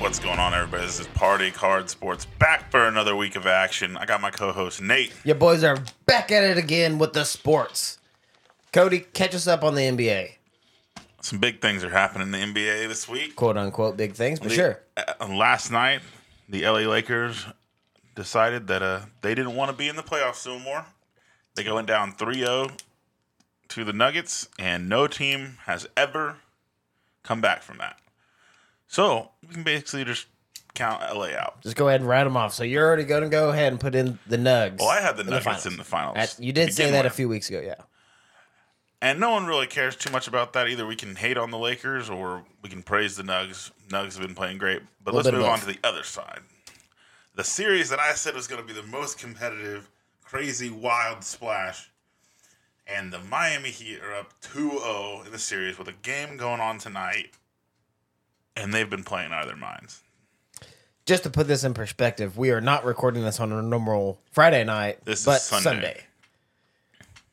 What's going on, everybody? This is Party Card Sports back for another week of action. I got my co host, Nate. Your boys are back at it again with the sports. Cody, catch us up on the NBA, Some big things are happening in the NBA this week. quote unquote, big things, but The- sure. uh, last night, the LA Lakers decided that uh, they didn't want to be in the playoffs anymore. They going down 3-0 to the Nuggets, and no team has ever come back from that. So we can basically just count LA out. Just go ahead and write them off. So you're already going to go ahead and put in the Nugs. Well, Oh, I had the for Nuggets finals. in the finals. That- you to did say begin that a with. few weeks ago, yeah. and no one really cares too much about that. Either we can hate on the Lakers or we can praise the Nugs. Nugs have been playing great, but let's Little bit of move on to both. the other side. The series that I said was going to be the most competitive, crazy, wild splash, and the Miami Heat are up 2-0 in the series with a game going on tonight, and they've been playing out of their minds. Just to put this in perspective, we are not recording this on a normal Friday night, This is but Sunday.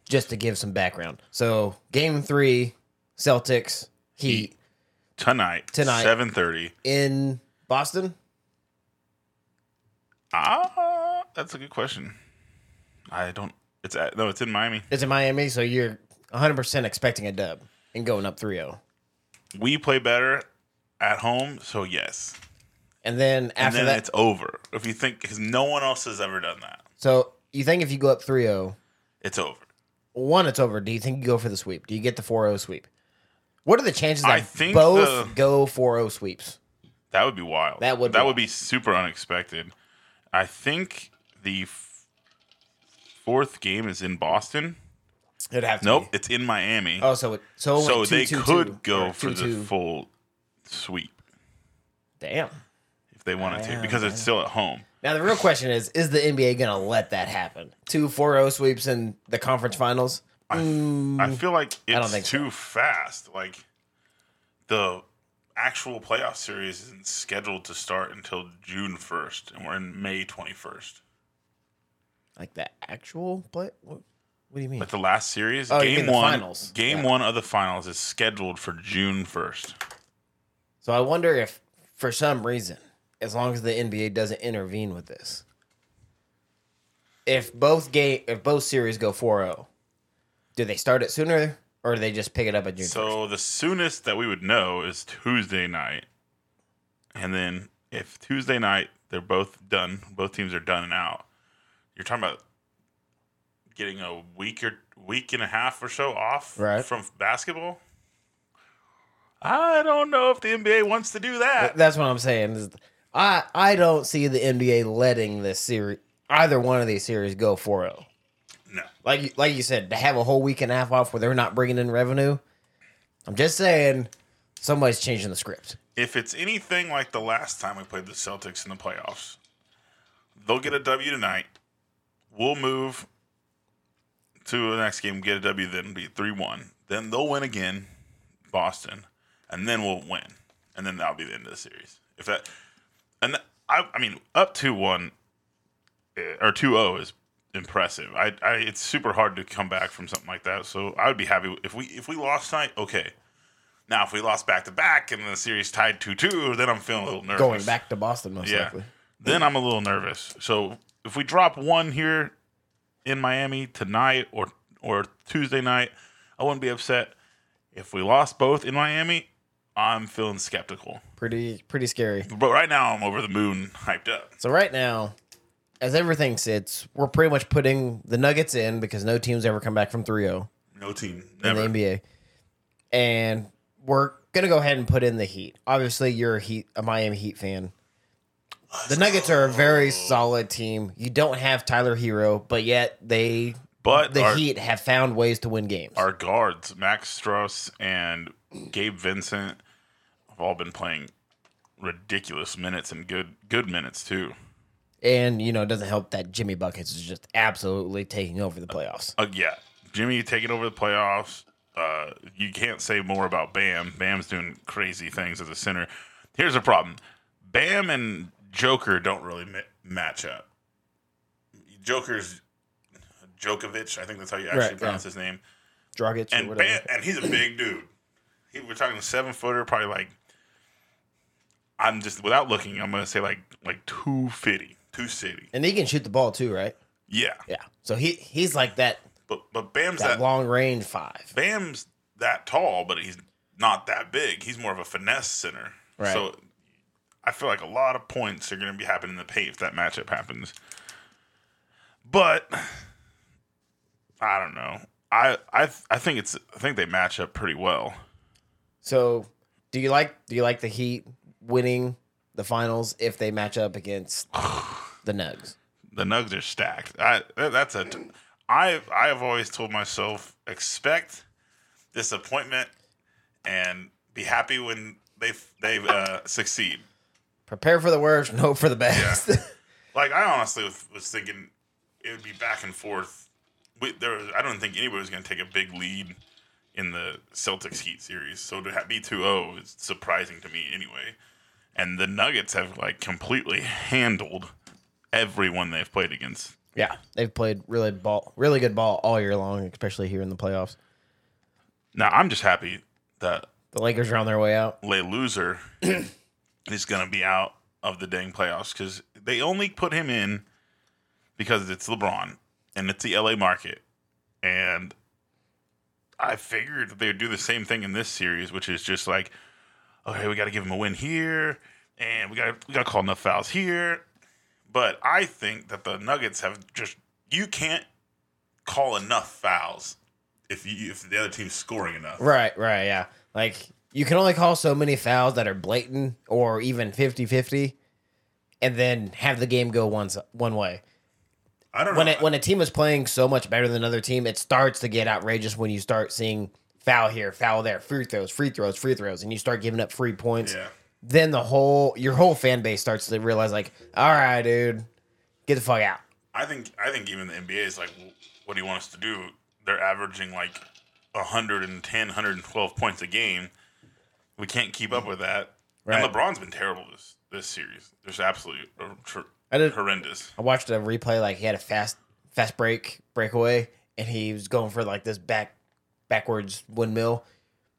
Just to give some background. So, game three, Celtics, Heat Tonight, Tonight. 7:30. in Boston. Ah, that's a good question. I don't. It's at no. It's in Miami. It's in Miami, so you're 100% expecting a dub and going up oh. 3 0. we play better at home, so yes. And then And after then that, it's over. If you think, because no one else has ever done that, so you think if you go up 3 0, it's over. one, it's over. Do you think you go for the sweep? Do you get the 4 0 sweep? What are the chances that I think both the- go 4 0 sweeps? That would be wild. That would be that would wild. be super unexpected. I think the f- fourth game is in Boston. It'd have to Nope, be. it's in Miami. Oh, so, it, so, it so went two, they two, could two, go or for two, the two. full sweep Damn. if they wanted to, Wow, because it's still at home. Now, the real question is is the NBA going to let that happen? Two 4 0 sweeps in the conference finals? I feel like it's don't think so. too fast. Like the actual playoff series isn't scheduled to start until June first, and we're in May twenty first. Like the actual play? What, what do you mean? But the last series, Oh, you game mean the one, finals. game Yeah. one of the finals is scheduled for June first. So I wonder if, for some reason, as long as the NBA doesn't intervene with this, if both game if both series go 4-0, do they start it sooner or do they just pick it up at June? first? So the soonest that we would know is Tuesday night, and then if Tuesday night they're both done, both teams are done and out. You're talking about getting a week or week and a half or so off Right. from basketball. I don't know if the NBA wants to do that. That's what I'm saying. is I I don't see the NBA letting this series either one of these series go 4-0. No, Like you, like you said, to have a whole week and a half off where they're not bringing in revenue. I'm just saying, somebody's changing the script. if it's anything like the last time we played the Celtics in the playoffs, they'll get a W tonight. We'll move to the next game, get a W, then be 3 1. Then they'll win again, Boston, and then we'll win. And then that'll be the end of the series. If that, and th- I, I mean, up 2 1 or 2 0 is impressive. I, I, it's super hard to come back from something like that. So I would be happy if we, if we lost tonight, okay. Now, if we lost back to back and the series tied 2 2, then I'm feeling a little nervous. Going back to Boston, most Yeah. likely. Then I'm a little nervous. So if we drop one here in Miami tonight or or Tuesday night, I wouldn't be upset. If we lost both in Miami, I'm feeling skeptical. Pretty pretty scary. But right now I'm over the moon hyped up. So right now, as everything sits, we're pretty much putting the Nuggets in because no team's ever come back from 3-0 No team. in Never. the NBA. And we're going to go ahead and put in the Heat. Obviously, you're a Heat a Miami Heat fan. The Nuggets are a very solid team. You don't have Tyler Hero, but yet they But the our- Heat have found ways to win games. Our guards, Max Struss and Gabe Vincent, have all been playing ridiculous minutes and good good minutes too. and you know, it doesn't help that Jimmy Buckets is just absolutely taking over the playoffs. Uh, yeah, Jimmy taking over the playoffs. Uh, you can't say more about Bam. Bam's doing crazy things as a center. Here's the problem: Bam and Joker don't really ma- match up. Joker's Djokovic. I think that's how you actually Right, yeah. pronounce his name. Dragic or And whatever. Bam, and he's a big dude. He, we're talking seven footer, probably like I'm just without looking, I'm gonna say like like two fifty, two city. And he can shoot the ball too, right? Yeah, Yeah. So he he's like that but but Bam's that, that long range five. Bam's that tall, but he's not that big. He's more of a finesse center. Right. So I feel like a lot of points are gonna be happening in the paint if that matchup happens. But I don't know. I I I think it's I think they match up pretty well. So do you like do you like the Heat winning the finals if they match up against the Nugs? the Nugs are stacked. I that- that's a. T- I I have always told myself expect disappointment and be happy when they they uh, succeed. Prepare for the worst and hope for the best. Like I honestly was, was thinking it would be back and forth. We, there was, I don't think anybody was going to take a big lead in the Celtics Heat series. So to ha- be 2-0 is surprising to me anyway. And the Nuggets have like completely handled everyone they've played against. yeah. They've played really ball really good ball all year long, especially here in the playoffs. Now I'm just happy that The Lakers are on their way out. lay loser is going to be out of the dang playoffs because they only put him in because it's LeBron and it's the LA market. And I figured that they would do the same thing in this series, which is just like, okay, we got to give him a win here, and we got we got to call enough fouls here. But I think that the Nuggets have just you can't call enough fouls if you if the other team's scoring enough. Right, right, yeah. Like you can only call so many fouls that are blatant or even 50-50 and then have the game go one s- one way. I don't when know. it, when a team is playing so much better than another team, it starts to get outrageous when you start seeing foul here, foul there, free throws, free throws, free throws, and you start giving up free points. yeah. Then the whole your whole fan base starts to realize like, all right, dude, get the fuck out. I think I think even the NBA is like, "Well, what do you want us to do? They're averaging like 110, 112 points a game. We can't keep up with that. Right. And LeBron's been terrible this this series. There's absolutely uh, tr- I did- horrendous. I watched a replay like he had a fast fast break breakaway and he was going for like this back backwards windmill.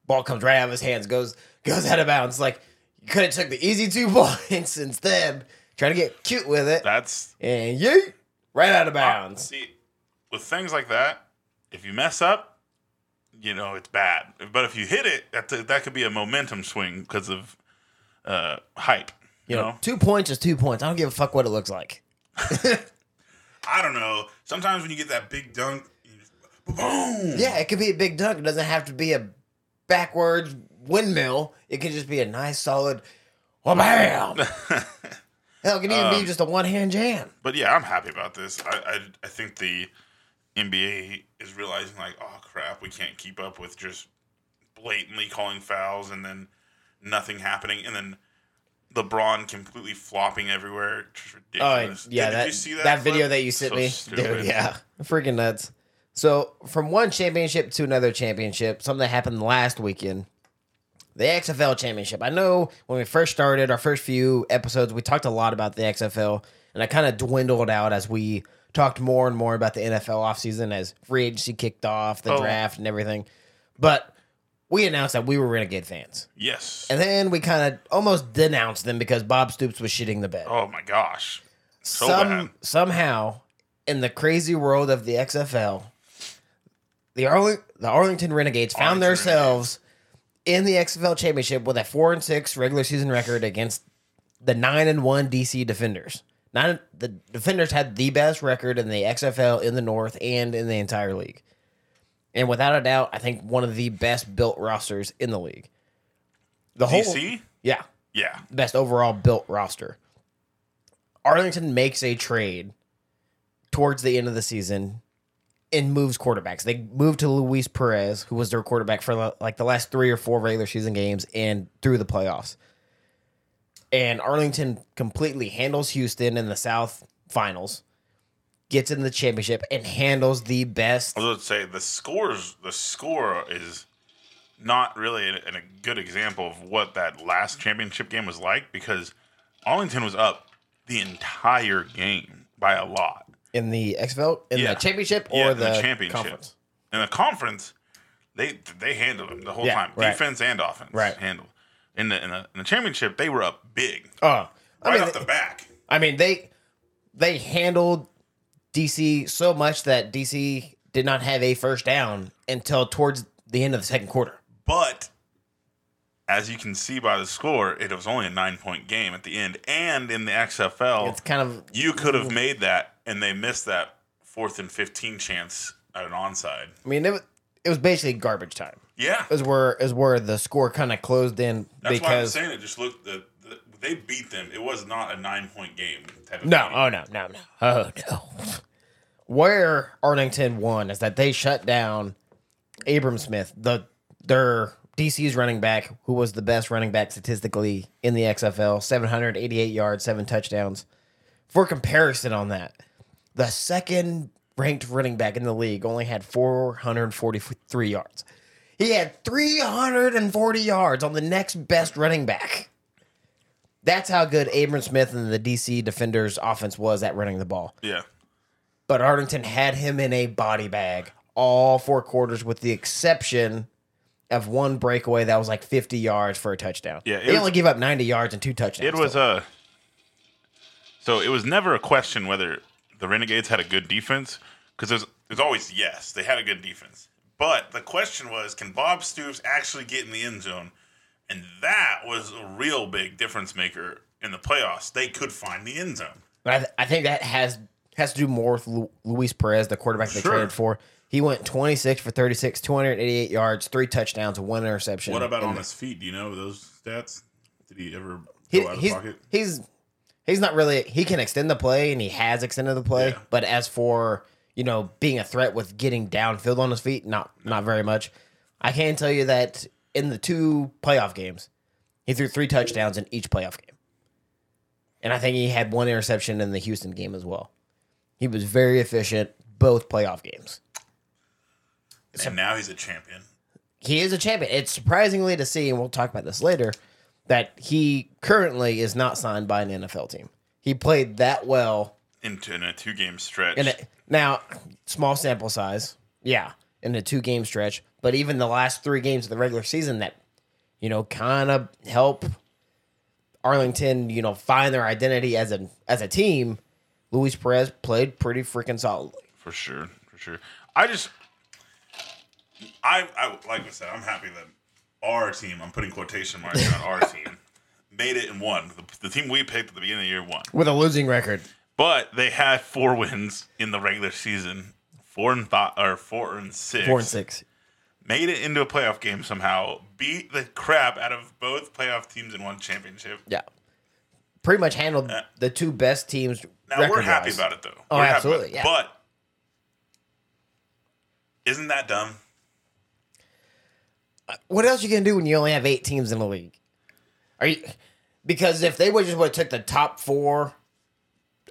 Ball comes right out of his hands, goes goes out of bounds. Like you could have took the easy two points instead. Try to get cute with it. That's and yeet, right out of bounds. see with things like that. If you mess up, you know it's bad. But if you hit it, that that could be a momentum swing because of uh, hype. You know, two points is two points. I don't give a fuck what it looks like. I don't know. Sometimes when you get that big dunk, you just, boom. Yeah, it could be a big dunk. It doesn't have to be a backwards windmill. It could just be a nice solid, wha- bam. Hell, it could even be just a one hand jam. but yeah, I'm happy about this. I, I I think the NBA is realizing like, oh crap, we can't keep up with just blatantly calling fouls and then nothing happening, and then LeBron completely flopping everywhere. Just Oh ridiculous. yeah, did, that, did you see that, that clip? video that you sent So me, stupid. dude. Yeah, freaking nuts. So from one championship to another championship, something that happened last weekend, the XFL championship. I know when we first started our first few episodes, we talked a lot about the XFL, and I kind of dwindled out as we talked more and more about the NFL offseason as free agency kicked off, the Oh. draft, and everything. But we announced that we were Renegade fans, Yes. and then we kind of almost denounced them because Bob Stoops was shitting the bed oh my gosh. So some bad. somehow in the crazy world of the XFL, the Arling- the Arlington Renegades found Arlington themselves in the XFL championship with a four and six regular season record against the nine and one DC Defenders. Nine, the Defenders had the best record in the XFL in the North and in the entire league, and without a doubt, I think one of the best built rosters in the league. The whole DC. yeah, Yeah. best overall built roster. Arlington makes a trade towards the end of the season and moves quarterbacks. They moved to Luis Perez, who was their quarterback for the- like the last three or four regular season games and through the playoffs. And Arlington completely handles Houston in the South Finals, gets in the championship, and handles the best. I was going to say the scores. The score is not really a, a good example of what that last championship game was like because Arlington was up the entire game by a lot. in the XFL, in Yeah. the championship, or Yeah, in the, the championship. conference. In the conference, they they handled them the whole Yeah, time, right. defense and offense. Right. handled. in the in the, in the championship, they were up big Oh, I right mean, off the back. I mean they they handled DC so much that DC did not have a first down until towards the end of the second quarter. But as you can see by the score, it was only a nine point game at the end. And in the XFL, It's kind of you could have made that, and they missed that fourth and 15 chance at an onside. I mean it was, it was basically garbage time. Yeah. Is where is where the score kind of closed in That's why I'm Uh, because saying it just looked, the, the, they beat them. It was not a nine point game. Type of No, game. oh no, no, no. Oh no. Where Arlington won is that they shut down Abram Smith, the their DC's running back, who was the best running back statistically in the XFL, 788 yards, seven touchdowns. For comparison on that, the second ranked running back in the league only had 443 yards. He had 340 yards on the next best running back. That's how good Abram Smith and the DC defenders' offense was at running the ball. Yeah. But Arlington had him in a body bag all four quarters, with the exception of one breakaway that was like 50 yards for a touchdown. Yeah, it they was- only gave up 90 yards and two touchdowns. It was a. So it was never a question whether the Renegades had a good defense, because there's there's always yes they had a good defense. But the question was, can Bob Stoops actually get in the end zone? And that was a real big difference maker in the playoffs. They could find the end zone. But I, th- I think that has has to do more with Lu- Luis Perez, the quarterback they Sure. traded for. He went 26 for 36, 288 yards, three touchdowns, one interception. What about in on the- his feet? Do you know those stats? Did he ever go He- out of he's, pocket? he's he's not really he can extend the play and he has extended the play, Yeah. but as for you know being a threat with getting downfield on his feet, not not very much. I can tell you that in the two playoff games, he threw three touchdowns in each playoff game, and I think he had one interception in the Houston game as well. He was very efficient both playoff games. And now he's a champion. he is a champion. It's surprisingly to see, and we'll talk about this later, that he currently is not signed by an NFL team. He played that well. Into in a two game stretch. In a, now, small sample size, yeah, in a two game stretch, but even the last three games of the regular season that, you know, kind of help Arlington, you know, find their identity as a as a team. Luis Perez played pretty freaking solidly. For sure, for sure. I just, I, I like I said, I'm happy that our team. I'm putting quotation marks around our team. Made it and won. The, the team we picked at the beginning of the year won, With a losing record. but they had four wins in the regular season. Four and five, or four and six. Four and six. Made it into a playoff game somehow. Beat the crap out of both playoff teams in one championship. Yeah. Pretty much handled the two best teams. Now we're happy record-wise. about it though. Oh, We're happy absolutely, about it. yeah. But isn't that dumb? What else you gonna do when you only have eight teams in the league? Are you? Because if they would just would have took the top four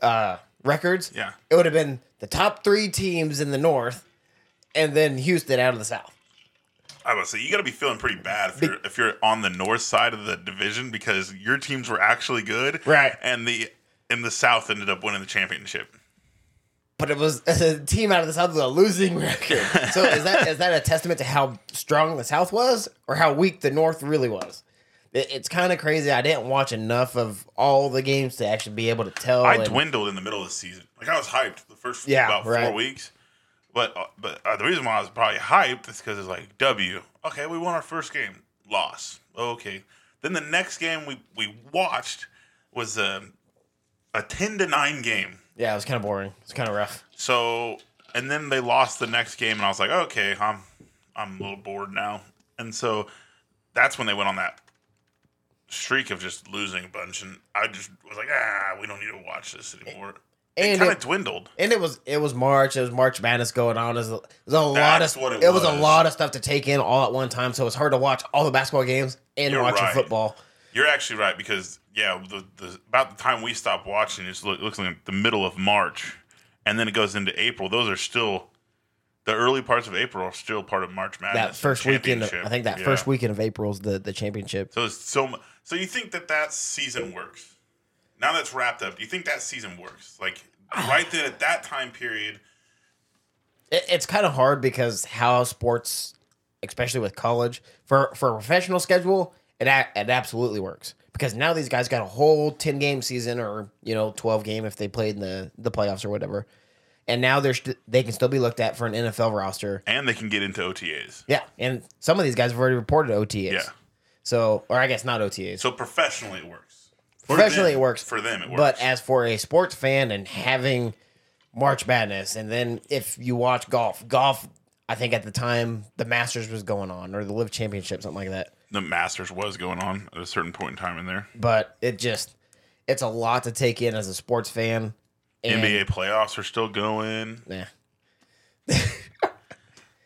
uh, records, Yeah. it would have been the top three teams in the North, and then Houston out of the South. I would say you got to be feeling pretty bad if you're, if you're on the north side of the division because your teams were actually good, Right. And the and the South ended up winning the championship. But it was a team out of the South with a losing record. So is that is that a testament to how strong the South was, or how weak the North really was? It- It's kind of crazy. I didn't watch enough of all the games to actually be able to tell. I and- dwindled in the middle of the season. Like I was hyped the first Yeah, about right. four weeks, but uh, but uh, the reason why I was probably hyped is because it's like W. Okay, we won our first game, loss. Okay, then the next game we we watched was a a ten to nine game. yeah, it was kind of boring. It's kind of rough. So, and then they lost the next game, and I was like, okay, I'm I'm a little bored now. And so that's when they went on that streak of just losing a bunch, and I just was like, ah, we don't need to watch this anymore. it and kind of it- dwindled. And it was it was March. It was March Madness going on. It was a, it was a lot of That's what it, it was. a was. lot of stuff to take in all at one time. So it's hard to watch all the basketball games and You're watching right. football. You're actually right because yeah, the, the about the time we stopped watching, it's look, looks like the middle of March, and then it goes into April. Those are still. The early parts of April are still part of March Madness. That and first weekend, of, championship. I think that Yeah. first weekend of April is the the championship. So it's so mu- so you think that that season works? Now that's wrapped up. Do you think that season works? Like Ah. right then at that time period, It, it's kind of hard because how sports, especially with college, for for a professional schedule, It a- it absolutely works because now these guys got a whole ten game season or you know twelve game if they played in the the playoffs or whatever, and now they're st- they can still be looked at for an NFL roster. and they can get into OTAs. Yeah, and some of these guys have already reported OTAs. Yeah. So, or I guess not OTAs. So professionally, it works. For Professionally, them- it works. for them. It works. But as for a sports fan and having March Madness, and then if you watch golf, golf, I think at the time the Masters was going on or the Live Championship, something like that. the Masters was going on at a certain point in time in there. But it just, it's a lot to take in as a sports fan. And, NBA playoffs are still going. Nah.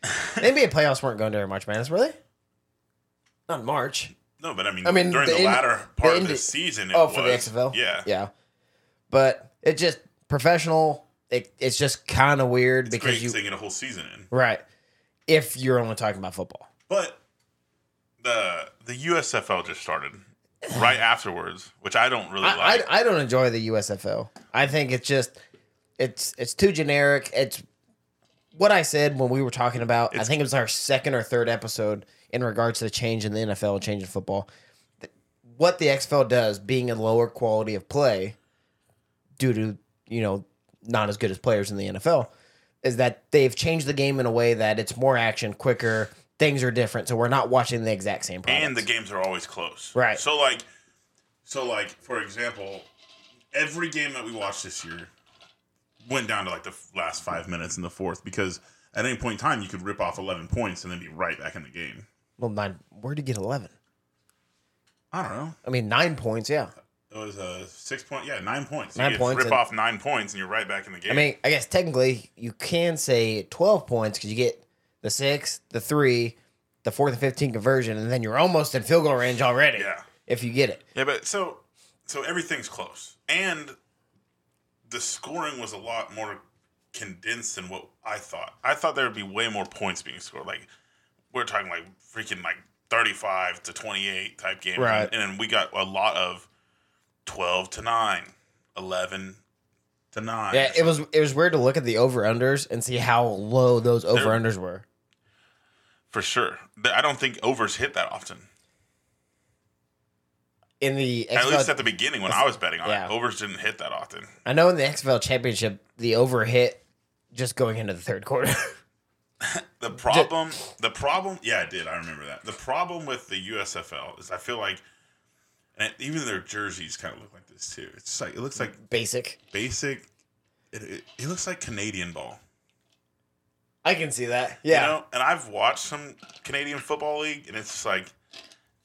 NBA playoffs weren't going during March Madness, were they? Not in March. No, but I mean, I mean, during the the, end- latter part the of the end- season, it oh, was, for the XFL. yeah, yeah. But it just professional. It, it's just kind of weird it's great because you to get a whole season in. right. If you're only talking about football, But the the USFL just started right afterwards, which I don't really I, like. I I don't enjoy the USFL. I think it's just it's it's too generic. It's what I said when we were talking about. I It's- think it was our second or third episode in regards to the change in the NFL, and change in football. Th- What the XFL does, being a lower quality of play, due to you know not as good as players in the NFL, is that they've changed the game in a way that it's more action, quicker. Things are different, so we're not watching the exact same. Products. and the games are always close. Right. So like so like for example, every game that we watched this year went down to like the f- last 5 minutes in the fourth because at any point in time you could rip off 11 points and then be right back in the game. well, nine. Where would you get eleven? I don't know. I mean, nine points. Yeah. It was a 6 point yeah, 9 points. Nine you could points rip and- off 9 points and you're right back in the game. I mean, I guess technically you can say 12 points because you get the six, the three, the fourth and 15 conversion, and then you're almost in field goal range already yeah. if you get it. Yeah, but so so everything's close, and the scoring was a lot more condensed than what I thought. I thought there would be way more points being scored. Like we're talking like freaking like thirty-five to twenty-eight type games, Right. And, then we got a lot of twelve to 9, 11 to nine. Yeah, it was it was weird to look at the over unders and see how low those over unders were. for sure. But I don't think overs hit that often. In the At least at XFL, the beginning when I was betting on yeah. it, overs didn't hit that often. I know in the XFL championship the over hit just going into the third quarter. The problem, the problem, yeah, I did. I remember that. The problem with the USFL is I feel like, and even their jerseys kind of look like this too. It's like it looks like Basic. basic. It, it, it looks like Canadian ball, I can see that. you Yeah. know. And I've watched some Canadian football league, and it's just like,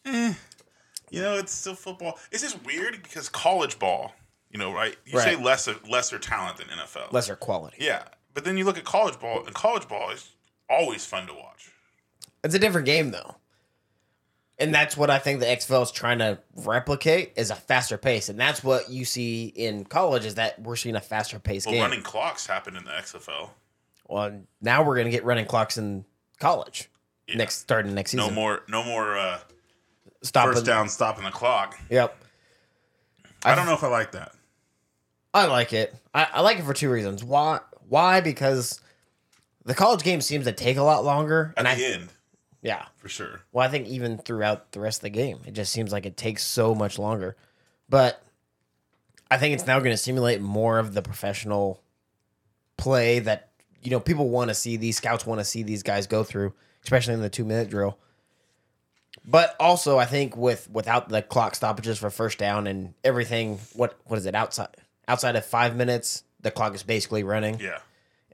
eh, you know, it's still football. It's just weird because college ball, you know, right? You say Right. lesser lesser talent than NFL. Lesser quality. yeah, but then you look at college ball, and college ball is always fun to watch. It's a different game though. And that's what I think the XFL is trying to replicate is a faster pace. And that's what you see in college is that we're seeing a faster pace Well, game. running clocks happened in the XFL. Well, now we're going to get running clocks in college Yeah. next starting next No season. more, no more uh, Stop first it. down stopping the clock. Yep. I don't know if I like that. I like it. I, I like it for two reasons. Why? Why? Because the college game seems to take a lot longer. At And I, the end, yeah. for sure. Well, I think even throughout the rest of the game, it just seems like it takes so much longer. But I think it's now going to simulate more of the professional play that you know people want to see. These scouts want to see these guys go through, especially in the two minute drill. But also, I think with without the clock stoppages for first down and everything, what what is it outside outside of five minutes? The clock is basically running Yeah,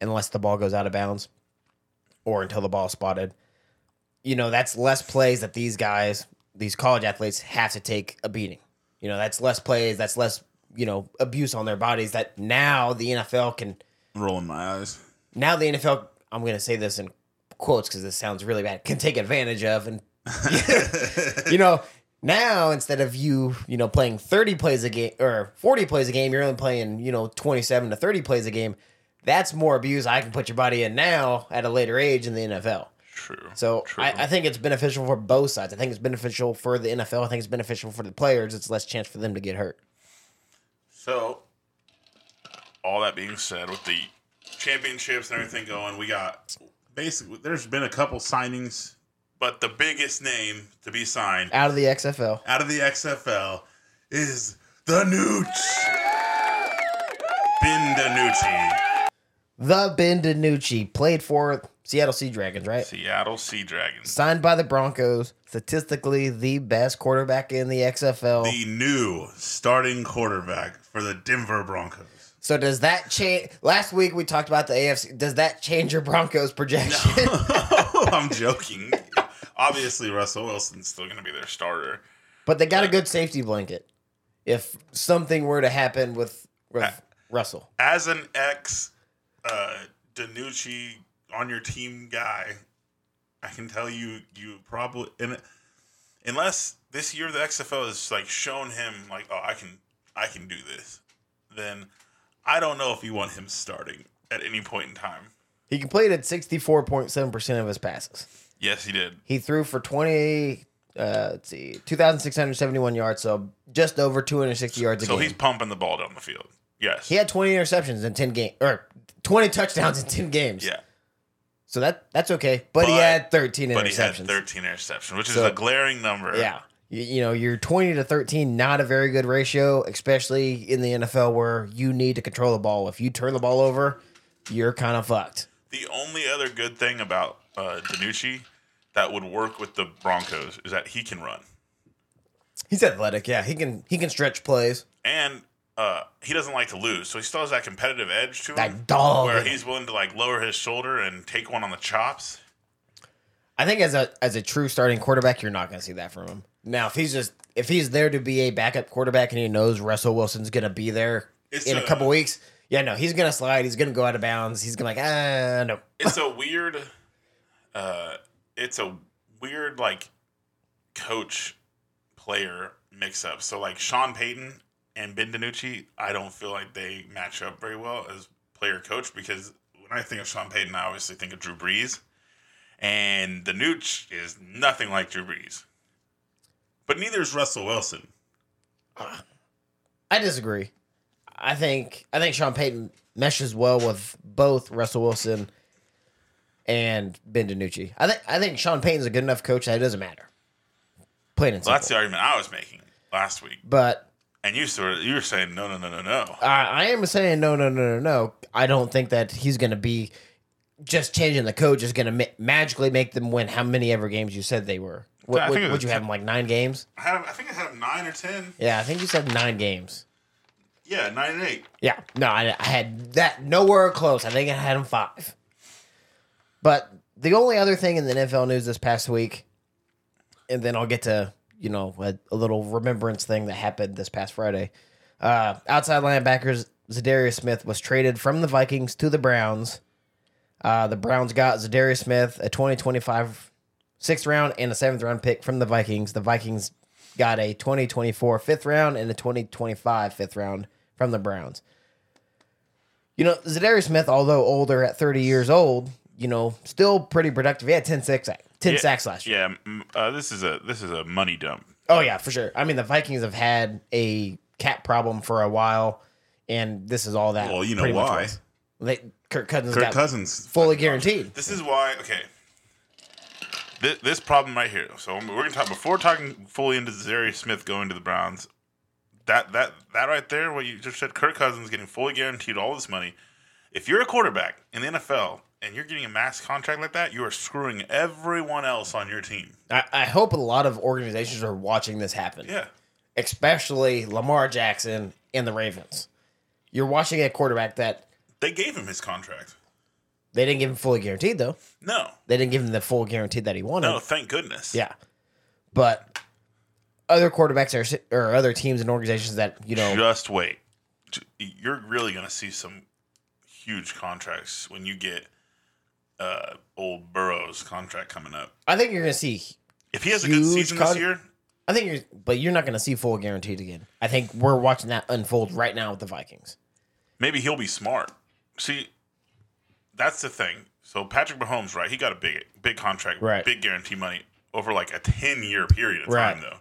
unless the ball goes out of bounds or until the ball is spotted. You know, that's less plays that these guys, these college athletes, have to take a beating. You know, that's less plays, that's less, you know, abuse on their bodies that now the NFL can, I'm rolling my eyes. now the NFL, I'm going to say this in quotes because this sounds really bad, can take advantage of. And, you know, now instead of you, you know, playing 30 plays a game or 40 plays a game, you're only playing, you know, 27 to 30 plays a game. That's more abuse I can put your body in now at a later age in the NFL. True. So True. I, I think it's beneficial for both sides. I think it's beneficial for the NFL. I think it's beneficial for the players. It's less chance for them to get hurt. so all that being said, with the championships and everything going, we got basically. There's been a couple signings but the biggest name to be signed Out of the XFL. out of the XFL is the Nooch. Ben DiNucci. The Ben DiNucci played for Seattle Sea Dragons, right? Seattle Sea Dragons. Signed by the Broncos, statistically the best quarterback in the XFL. The new starting quarterback for the Denver Broncos. so does that change? Last week we talked about the AFC. Does that change your Broncos projection? I'm joking. Obviously, Russell Wilson's still going to be their starter. but they got a good safety blanket. If something were to happen with, with Uh, Russell, As an ex uh, Danucci on your team guy, I can tell you, you probably, and unless this year the XFL has like shown him like, oh, I can, I can do this, then I don't know if you want him starting at any point in time. he completed sixty four point seven percent of his passes. Yes, he did. He threw for twenty. Uh, let's see, two thousand six hundred seventy one yards, so just over two hundred sixty yards a So game. he's pumping the ball down the field. Yes. He had 20 interceptions in 10 games or 20 touchdowns in 10 games. Yeah. So that that's okay. But, he But- had 13 But he had interceptions. 13 interceptions, which is So- a glaring number. yeah. You, you know, your 20 to 13 not a very good ratio, especially in the NFL where you need to control the ball. If you turn the ball over, you're kind of fucked. The only other good thing about uh, Danucci that would work with the Broncos is that he can run. He's athletic, yeah. He can he can stretch plays. And uh, he doesn't like to lose. So he still has that competitive edge to him. That dog. Where he's willing to like lower his shoulder and take one on the chops. I think as a as a true starting quarterback, you're not going to see that from him. Now, if he's just if he's there to be a backup quarterback and he knows Russell Wilson's going to be there It's in a, a- couple weeks, yeah, no, he's going to slide. He's going to go out of bounds. He's going to like ah no. It's a weird, uh, it's a weird like coach player mix up. So like Sean Payton and Ben DiNucci, I don't feel like they match up very well as player coach because when I think of Sean Payton, I obviously think of Drew Brees, and the Nooch is nothing like Drew Brees, but neither is Russell Wilson. I disagree. I think I think Sean Payton meshes well with both Russell Wilson and Ben DiNucci. I think I think Sean Payton's a good enough coach that it doesn't matter. Plain and Well, simple. that's the argument I was making last week, but and you sort of, you were saying no, no, no, no, no. I, I am saying no, no, no, no, no. I don't think that he's going to be just changing the coach is going to ma- magically make them win how many ever games you said they were. I What, think it would, was would you have them like nine games? I had him, I think I had him nine or ten. Yeah, I think you said nine games. Yeah, nine and eight. Yeah, no, I, I had that nowhere close. I think I had him five. But the only other thing in the NFL news this past week, and then I'll get to you know a, a little remembrance thing that happened this past Friday. Uh, outside linebackers Zadarius Smith was traded from the Vikings to the Browns. Uh, the Browns got Zadarius Smith, a 2025 sixth round and a seventh round pick from the Vikings. The Vikings got a 2024 fifth round and a 2025 fifth round from the Browns. You know, Zadarius Smith, although older at 30 years old, you know, still pretty productive. He had 10 sacks, 10 Yeah. sacks last year. Yeah, m- uh, this is a this is a money dump. Oh yeah, for sure. I mean, the Vikings have had a cap problem for a while, and this is all that. Well, you know pretty much why. was. They, Kirk Cousins Kirk got Cousins. fully guaranteed. This is why. Okay. This, this problem right here. So we're gonna talk before talking fully into Zarius Smith going to the Browns. That that that right there, what you just said, Kirk Cousins getting fully guaranteed all this money. If you're a quarterback in the NFL and you're getting a max contract like that, you are screwing everyone else on your team. I, I hope a lot of organizations are watching this happen, Yeah. especially Lamar Jackson and the Ravens. You're watching a quarterback that They gave him his contract. they didn't give him fully guaranteed though. No. They didn't give him the full guarantee that he wanted. No, thank goodness. Yeah, but other quarterbacks are si- or other teams and organizations that you know Just wait. J- You're really going to see some huge contracts when you get uh, old Burrow's contract coming up. I think you're gonna see If he has a good Huge season this con- year, I think you're, but you're not going to see full guaranteed again. I think we're watching that unfold right now with the Vikings. maybe he'll be smart. See, that's the thing. So Patrick Mahomes, right? He got a big, big contract, Right. big guarantee money over like a ten-year period of Right. time, though.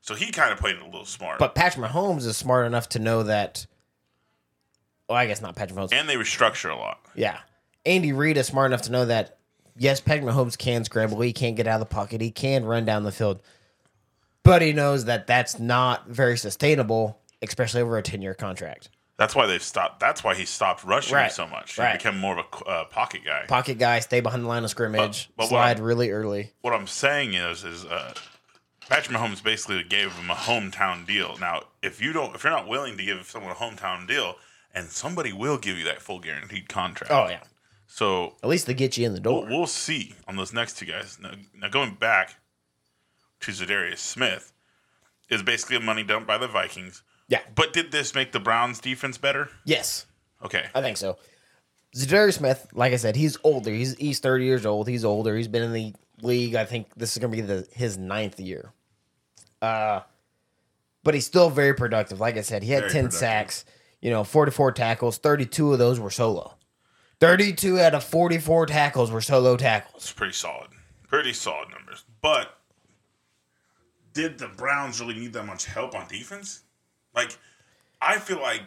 So he kind of played it a little smart. But Patrick Mahomes is smart enough to know that. Well, I guess not Patrick Mahomes. and they restructure a lot. yeah, Andy Reid is smart enough to know that yes, Patrick Mahomes can scramble. He can get out of the pocket. He can run down the field. But he knows that that's not very sustainable, especially over a 10 year contract. That's why they've stopped. That's why he stopped rushing Right. so much. He Right. became more of a uh, pocket guy. Pocket guy, stay behind the line of scrimmage, But- but what I'm- slide really early. what I'm saying is, is uh, Patrick Mahomes basically gave him a hometown deal. Now, if you don't, if you're not willing to give someone a hometown deal, and somebody will give you that full guaranteed contract. Oh, yeah. So At least they get you in the we'll, door. we'll see on those next two guys. Now, now going back to Zadarius Smith is basically a money dump by the Vikings. Yeah. But did this make the Browns defense better? Yes. Okay. I think so. Zadarius Smith, like I said, he's older. He's he's thirty years old. He's older. He's been in the league. I think this is gonna be the his ninth year. Uh but he's still very productive. Like I said, he had Very ten productive. sacks, you know, forty four tackles, thirty two of those were solo. Thirty two out of forty four tackles were solo tackles. It's pretty solid. Pretty solid numbers. But did the Browns really need that much help on defense? Like, I feel like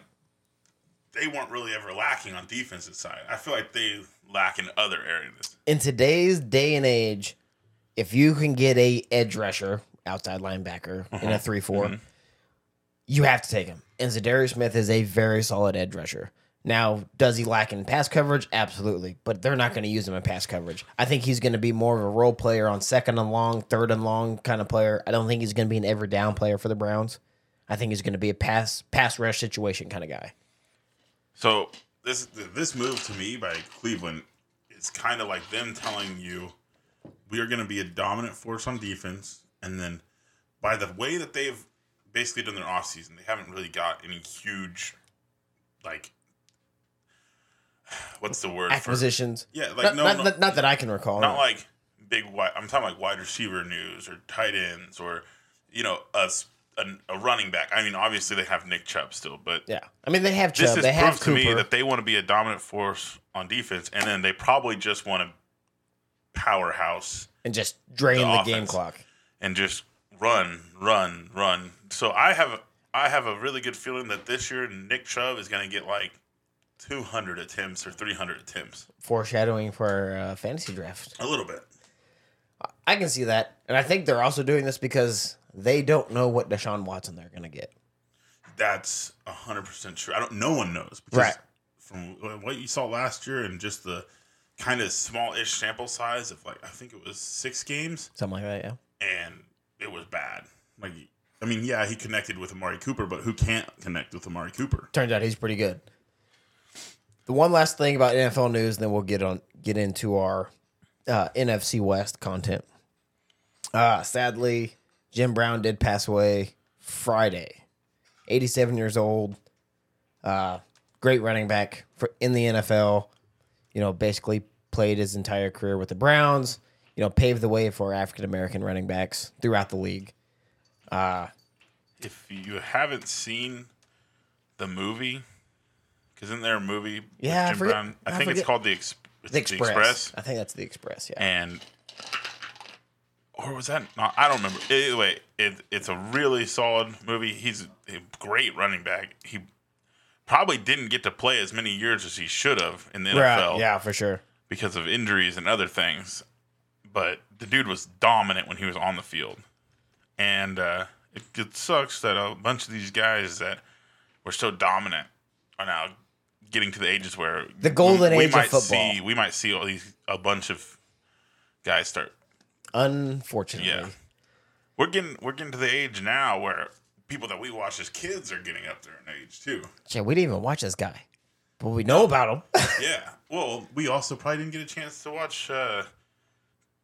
they weren't really ever lacking on defensive side. I feel like they lack in other areas. In today's day and age, if you can get a edge rusher, outside linebacker in Uh-huh. a 3 4, Mm-hmm. you have to take him. And Zadarius Smith is a very solid edge rusher. Now, does he lack in pass coverage? Absolutely. But they're not going to use him in pass coverage. I think he's going to be more of a role player on second and long, third and long kind of player. I don't think he's going to be an every down player for the Browns. I think he's going to be a pass pass rush situation kind of guy. So this this move to me by Cleveland is kind of like them telling you we are going to be a dominant force on defense, and then by the way that they've basically done their offseason, they haven't really got any huge like what's the word Acquisitions. for yeah like not, no not, no- not, not that I can recall. not like big wide. I'm talking like wide receiver news or tight ends or you know us a, a running back. I mean, obviously they have Nick Chubb still, but yeah. I mean, they have this Chubb. is They proof have to Cooper. me that they want to be a dominant force on defense, and then they probably just want to powerhouse and just drain the the, game offense. clock. and just run, run, run. So I have a, I have a really good feeling that this year Nick Chubb is going to get like 200 attempts or 300 attempts, Foreshadowing for our, uh, fantasy draft. a little bit. I can see that. And I think they're also doing this because they don't know what Deshaun Watson they're going to get. That's 100% true. I don't. No one knows because Right. from what you saw last year and just the kind of small-ish sample size of like I think it was six games. Something like that, yeah. and it was bad. Like, I mean, yeah, he connected with Amari Cooper, but who can't connect with Amari Cooper? Turns out he's pretty good. The one last thing about NFL news, then we'll get on get into our uh, NFC West content. Uh, sadly, Jim Brown did pass away Friday, 87 years old. Uh, great running back for in the NFL. You know, basically played his entire career with the Browns. You know, paved the way for African American running backs throughout the league. If you haven't seen the movie, because isn't there a movie? Yeah, I Jim forget- Brown? I, I think it's forget- called the, Ex- it's The Express. I think that's the Express. Yeah. and or was that not? I don't remember. Either way, it, it's a really solid movie. He's a great running back. He probably didn't get to play as many years as he should have in the NFL. Right. Yeah, for sure. because of injuries and other things. But the dude was dominant when he was on the field, and uh, it, it sucks that a bunch of these guys that were so dominant are now getting to the ages where The golden age of might football. See, we might see all these a bunch of guys start. Unfortunately. Yeah, we're getting we're getting to the age now where people that we watch as kids are getting up there in age too. Shit, we didn't even watch this guy, but we know about him. Yeah. Well, we also probably didn't get a chance to watch uh,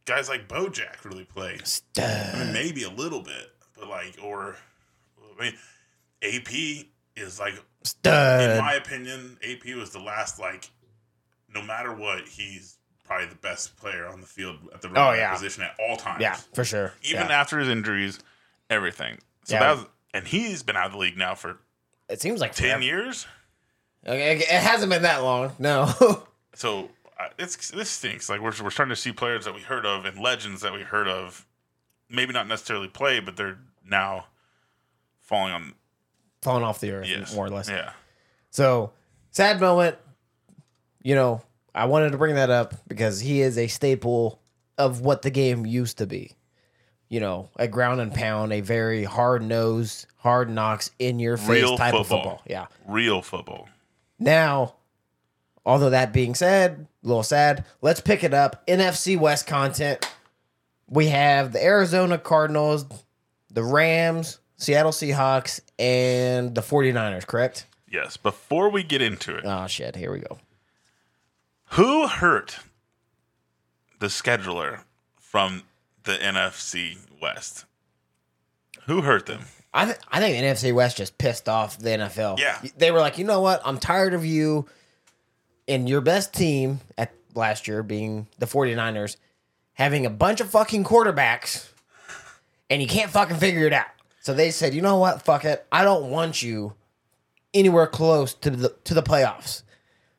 guys like Bojack really play. I mean, maybe a little bit, but like, or I mean, AP is like, in Stud. my opinion, AP was the last like, no matter what, he's probably the best player on the field at the running back Oh, yeah. position at all times. Yeah, for sure. even yeah. after his injuries, everything. So Yeah. that was, and he's been out of the league now for it seems like ten forever. years. Okay, okay, It hasn't been that long. No. so uh, it's this stinks. Like we're we're starting to see players that we heard of and legends that we heard of, maybe not necessarily play, but they're now falling on Falling off the earth, yes, more or less. Yeah, So sad moment. You know, I wanted to bring that up because he is a staple of what the game used to be. You know, a ground and pound, a very hard nosed, hard knocks in your face Real type of football. football. Yeah. Real football. Now, although that being said, a little sad, let's pick it up. NFC West content. We have the Arizona Cardinals, the Rams, Seattle Seahawks, and the 49ers, correct? Yes. Before we get into it, Oh, shit. Here we go. who hurt the scheduler from the NFC West? Who hurt them? I, th- I think the NFC West just pissed off the NFL. Yeah. They were like, you know what? I'm tired of you and your best team at last year being the 49ers having a bunch of fucking quarterbacks and you can't fucking figure it out. So they said, you know what? Fuck it. I don't want you anywhere close to the to the playoffs.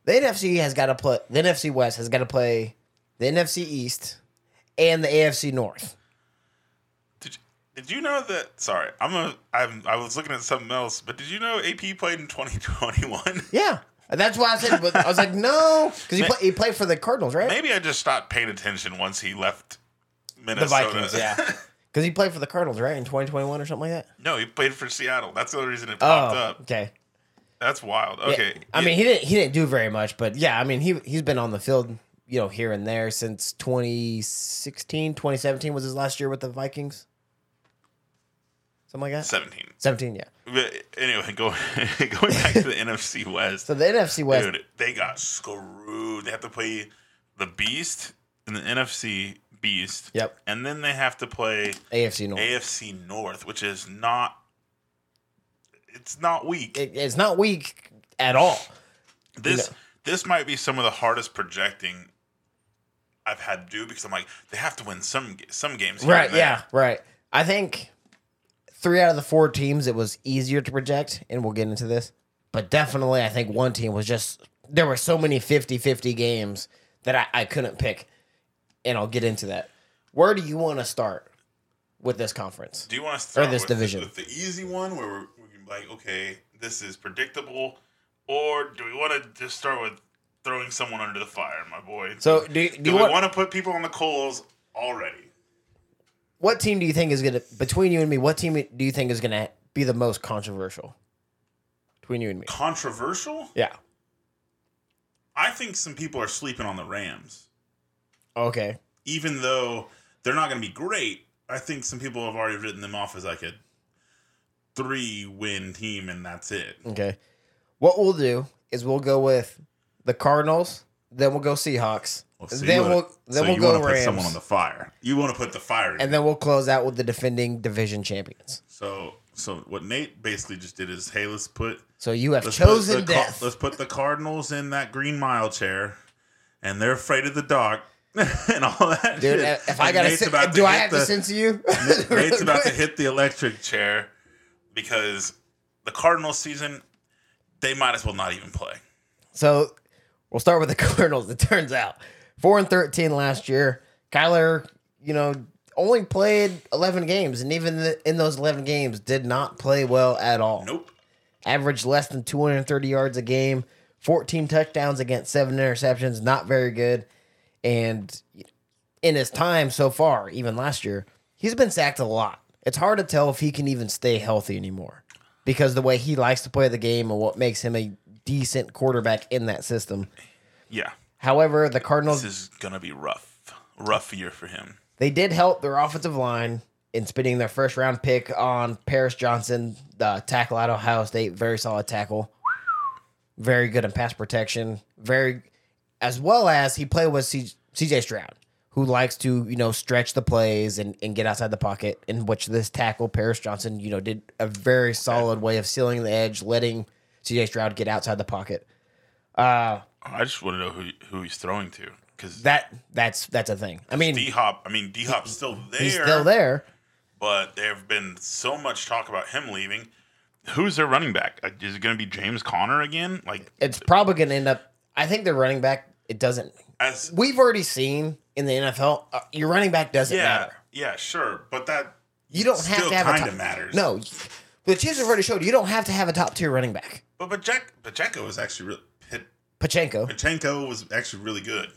The NFC has got to play the NFC West has got to play the NFC East and the AFC North. Did you, did you know that? Sorry, I'm a. I'm, I was looking at something else, but did you know AP played in 2021? Yeah, that's why I said but I was like no because he, play, he played for the Cardinals, right? Maybe I just stopped paying attention once he left the Minnesota. Vikings, yeah, because he played for the Cardinals, right, in 2021 or something like that. no, he played for Seattle. That's the only reason it popped Oh, up. okay. That's wild. Yeah, Okay. I mean, he didn't he didn't do very much, but yeah, I mean he he's been on the field, you know, here and there since 2016, 2017 was his last year with the Vikings, something like that. 17. 17, yeah. But anyway, go, going back to the NFC West. So the NFC West, Dude, they got screwed. They have to play the Beast and the NFC Beast. Yep. And then they have to play AFC North. AFC North, which is not. It's not weak. It- it's not weak at all. this know- this might be some of the hardest projecting I've had to do because I'm like they have to win some ga- some games. here Right, and there. yeah, right. I think three out of the four teams it was easier to project, and we'll get into this. But definitely, I think one team was just there were so many 50 50 games that I, I couldn't pick, and I'll get into that. Where do you want to start with this conference? Do you want to start this with, the- division. with the easy one where we're, we can be like, okay, this is predictable, or do we want to just start with throwing someone under the fire, my boy? So, do, do, do you we want, want to put people on the coals already? what team do you think is going to, between you and me, what team do you think is going to be the most controversial? Between you and me. Controversial? Yeah. I think some people are sleeping on the Rams, Okay. even though they're not going to be great. I think some people have already written them off as like a three-win team, and that's it. Okay. What we'll do is we'll go with the Cardinals, then we'll go Seahawks, Well, so then you wanna- we'll then so we'll you go wanna Put someone Rams, on the fire. You want to put the fire. in and then we'll close out with the defending division champions. So, so what Nate basically just did is, hey, let's put So you have let's chosen put the, Car- death. Let's put the Cardinals in that green mile chair, and they're afraid of the dark and all that. Dude, shit. if I And gotta, Nate's sit, about do I hit have to the- censor you? Nate's about to hit the electric chair because the Cardinals season, they might as well not even play. So we'll start with the Cardinals. It turns out four and thirteen last year. Kyler, you know, only played eleven games, and even the, in those eleven games, did not play well at all. Nope. averaged less than 230 yards a game, 14 touchdowns against seven interceptions, not very good. And in his time so far, even last year, he's been sacked a lot. It's hard to tell if he can even stay healthy anymore because the way he likes to play the game and what makes him a decent quarterback in that system. Yeah, However, the this Cardinals is gonna be rough, rough year for him. They did help their offensive line in spending their first round pick on Paris Johnson, the tackle out of Ohio State. Very solid tackle. Very good in pass protection. Very, as well as he played with C- CJ Stroud, who likes to, you know, stretch the plays and, and get outside the pocket, in which this tackle, Paris Johnson, you know, did a very solid way of sealing the edge, letting CJ Stroud get outside the pocket. I just want to know who who he's throwing to because That that's that's a thing. I mean, D Hop. I mean, D Hop's still there. he's still there. but there have been so much talk about him leaving. Who's their running back? Uh, Is it going to be James Conner again? Like It's probably going to end up. I think their running back. It doesn't as we've already seen in the NFL, uh, your running back doesn't yeah, matter. yeah, sure, but that You don't have still to have a kind top. of matters. No, the Chiefs have already showed you don't have to have a top tier running back. but but Jack but Jacko was actually really hit, Pachenko, Pachenko was actually really good.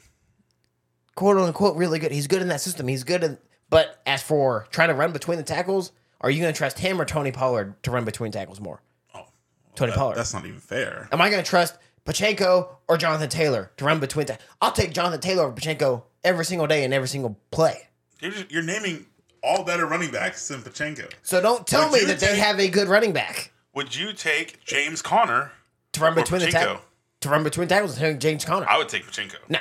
quote unquote, really good. He's good in that system. He's good in. But as for trying to run between the tackles, are you going to trust him or Tony Pollard to run between tackles more? Oh, Tony that- Pollard. That's not even fair. Am I going to trust Pachenko or Jonathan Taylor to run between tackles? I'll take Jonathan Taylor over Pachenko every single day and every single play. You're, just, you're naming all better running backs than Pachenko. So don't tell Would me you that they take- have a good running back Would you take James Conner to run or between the Pachenko? tackles. To run between tackles and James Conner. I would take Pachenko. No.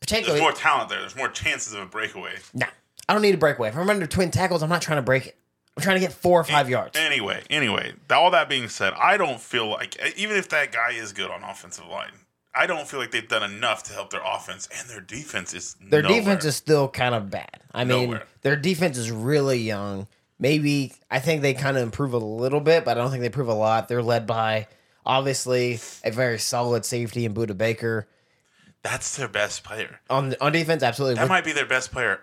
Pachenko. There's more talent there. There's more chances of a breakaway. No. I don't need a breakaway. If I'm under twin tackles, I'm not trying to break it. I'm trying to get four or five yards. Anyway, anyway, th- all that being said, I don't feel like e, even if that guy is good on offensive line, I don't feel like they've done enough to help their offense and their defense is Their nowhere. defense is still kind of bad. I mean, Nowhere. their defense is really young. Maybe I think they kind of improve a little bit, but I don't think they improve a lot. They're led by obviously a very solid safety in Buda Baker that's their best player. on on defense. Absolutely. That With, might be their best player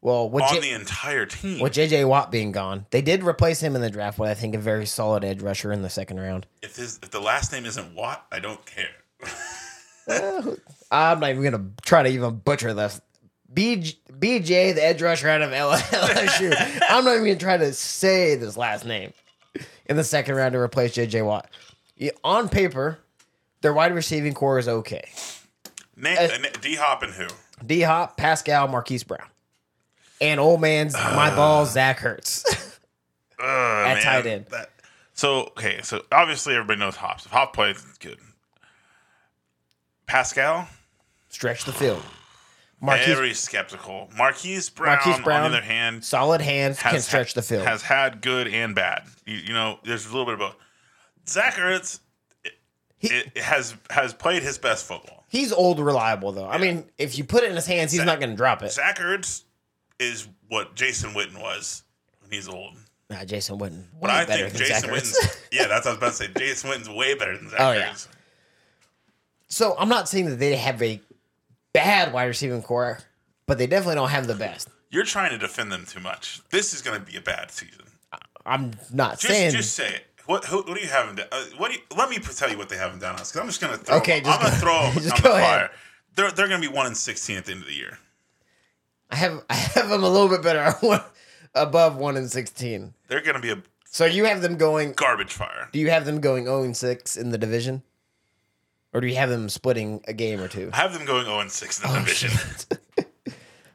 well, with, on J- the entire team. with JJ Watt being gone, they did replace him in the draft with I think a very solid edge rusher in the second round. if his if the last name isn't Watt, I don't care. I'm not even gonna try to even butcher this. BJ, BJ the edge rusher out of L- LSU. I'm not even gonna try to say this last name in the second round to replace JJ Watt. Yeah, on paper, their wide receiving core is okay. Name D Hop uh, and who? D Hop, Pascal, Marquise Brown, and old man's my ball Zach Hurts. Ugh, Uh, man, tight end. That, so okay, so obviously everybody knows Hops. If Hop plays, it's good. Pascal, Stretch the field. Marquise, very skeptical. Marquise Brown, Marquise Brown on the other hand, solid hands can has stretch the field. Has had good and bad. You, you know, there's a little bit of both. Zach Ertz He- it, it has has played his best football. he's old reliable though. I mean, if you put it in his hands, he's Zach- not gonna drop it. Zach Ertz is what Jason Witten was when he's old. Nah, Jason Witten. But way I better think than Jason Zach Ertz. Witten's yeah, that's what I was about to say. Jason Witten's way better than Zach Oh, yeah. Ertz. So I'm not saying that they have a bad wide receiving core, but they definitely don't have the best. You're trying to defend them too much. This is going to be a bad season. I'm not Just saying just say it. What, who, what do you have them down? Uh, what do you, let me tell you what they have them down as because I'm just gonna throw. Okay, them- I'm gonna just go- throw them just on go the ahead. fire. They're they're gonna be one and sixteen at the end of the year. I have I have them a little bit better one, above one and sixteen. They're gonna be a So you have them going. garbage fire. Do you have them going zero and six in the division, or do you have them splitting a game or two? I have them going 0 and 6 Oh, in the division.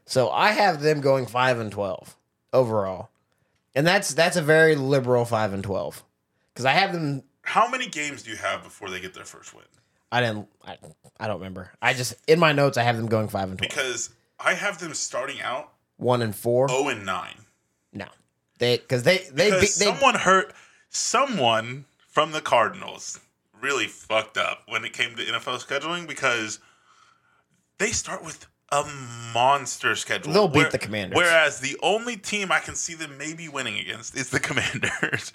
So I have them going five and twelve overall, and that's that's a very liberal five and twelve because I have them How many games do you have before they get their first win? I didn't. I, I don't remember. I just in my notes I have them going five and twelve. Because I have them starting out One and four. 0 and 9. No, they because they they Oh. Because beat- they someone hurt someone from the Cardinals really fucked up when it came to NFL scheduling because they start with a monster schedule. They'll beat the Commanders. Whereas the only team I can see them maybe winning against is the Commanders.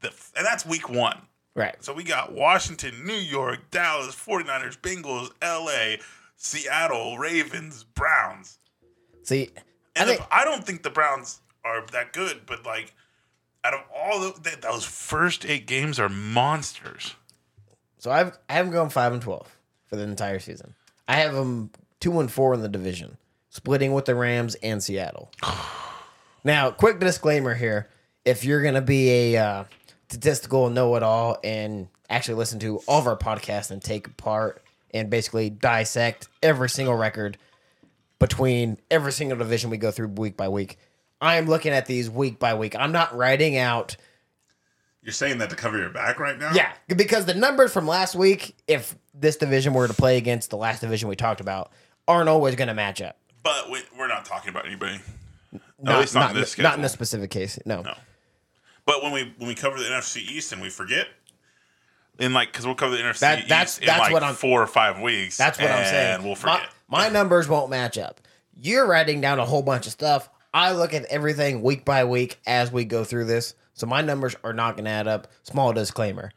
The- and that's week 1. right. So we got Washington, New York, Dallas, 49ers, Bengals, LA, Seattle, Ravens, Browns. See, I And I, think the, I don't think the Browns are that good, but like out of all the, th- those first eight games are monsters. so. I've I have them going five and twelve for the entire season. I have them two and four in the division, splitting with the Rams and Seattle. now, quick disclaimer here: if you're gonna be a uh, statistical know-it-all and actually listen to all of our podcasts and take apart and basically dissect every single record between every single division we go through week by week. I am looking at these week by week. I'm not writing out You're saying that to cover your back right now? Yeah, because the numbers from last week, if this division were to play against the last division we talked about, aren't always going to match up. But we, we're not talking about anybody. Not, least not in in this the- not in schedule. this specific case. No. But when we when we cover the NFC East and we forget, in like because we'll cover the NFC That- East that's- in that's like what I'm- four or five weeks. That's what I'm saying. And we'll forget. My- My, numbers won't match up. You're writing down a whole bunch of stuff. I look at everything week by week as we go through this. So my numbers are not going to add up. Small disclaimer.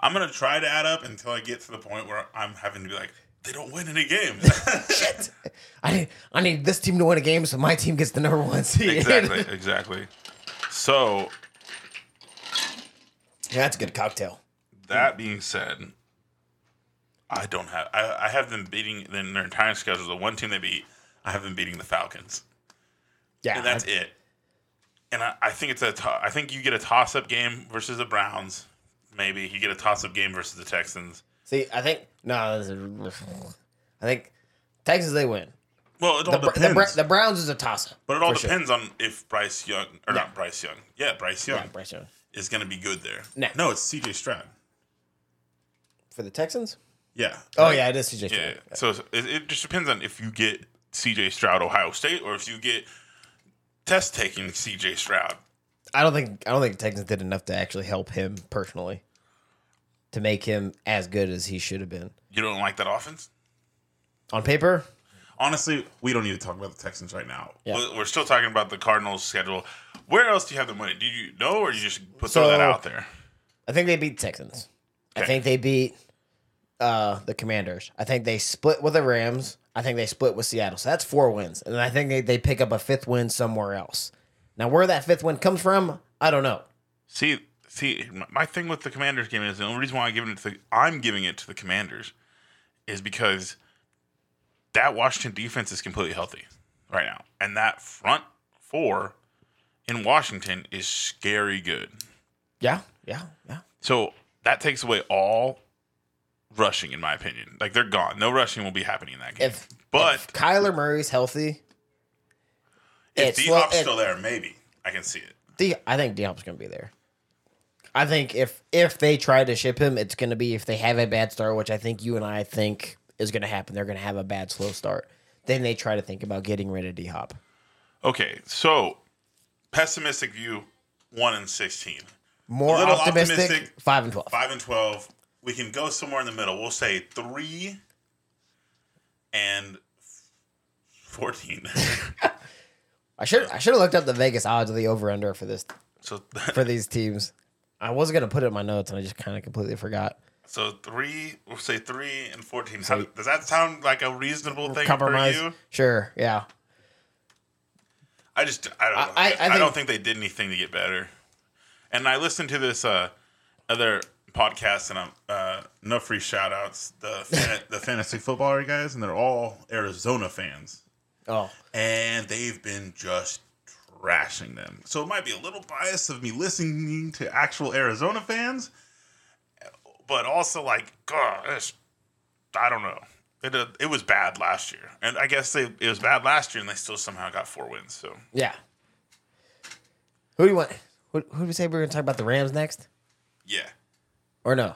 I'm gonna try to add up until I get to the point where I'm having to be like, they don't win any games. Shit. I need, I need this team to win a game so my team gets the number one seed. exactly, exactly. So That's a good cocktail. that being said, I don't have. I, I have them beating in their entire schedule. The one team they beat, I have them beating the Falcons, Yeah, and that's I- it. And I, I think it's a. To, I think you get a toss up game versus the Browns. Maybe you get a toss up game versus the Texans. See, I think no, this is- I think Texas they win. Well, it all The, Br- depends. the, Br- the Browns is a toss up, but it all depends on if Bryce Young or not Bryce Young. Yeah, Bryce Young Yeah, Bryce Young. is going to be good there. No. no, it's C.J. Stroud. for the Texans. Yeah. Oh yeah, it is CJ. Yeah. Stroud. So it's- it, it just depends on if you get C.J. Stroud Ohio State or if you get test taking C.J. Stroud. I don't think I don't think Texans did enough to actually help him personally to make him as good as he should have been You don't like that offense? on paper. Honestly, we don't need to talk about the Texans right now. Yeah. We're- We're still talking about the Cardinals schedule. Where else do you have the money? Do you know, or you just put throw So- that out there? I think they beat Texans. I Okay. think they beat uh, the Commanders. I think they split with the Rams. I think they split with Seattle. So that's four wins. And I think they, they pick up a fifth win somewhere else. Now, where that fifth win comes from, I don't know. See, see, my- my thing with the Commanders game is the only reason why I'm giving it to the, I'm giving it to the Commanders is because that Washington defense is completely healthy right now, and that front four in Washington is scary good. Yeah, yeah, yeah. So that takes away all rushing, in my opinion. Like they're gone. No rushing will be happening in that game. If but if Kyler Murray's healthy, if it's D slow- Hop's it- still there, maybe I can see it. D, I think D Hop's going to be there. I think if if they try to ship him, it's going to be if they have a bad start, which I think you and I think is going to happen. They're going to have a bad slow start. Then they try to think about getting rid of D Hop. Okay, so pessimistic view one and sixteen. More A little optimistic, optimistic. five and twelve. five and twelve. We can go somewhere in the middle. We'll say three and fourteen. I should I should have looked up the Vegas odds of the over under for this so for these teams. I was gonna put it in my notes and I just kind of completely forgot. so three. We'll say three and fourteen. How, does that sound like a reasonable thing Compromise, for you? sure, yeah. I just I don't know. I- I, I don't think they did anything to get better. And I listened to this uh, other podcast, and I'm uh, no free shout outs. The fan, the fantasy footballer guys, and they're all Arizona fans. Oh, and they've been just trashing them. So it might be a little biased of me listening to actual Arizona fans, but also like, God, it's- I don't know. It, uh, it was bad last year, and I guess they it was bad last year, and they still somehow got four wins. So yeah. Who do you want? Who, who did we say we were gonna talk about the Rams next? yeah, Or no?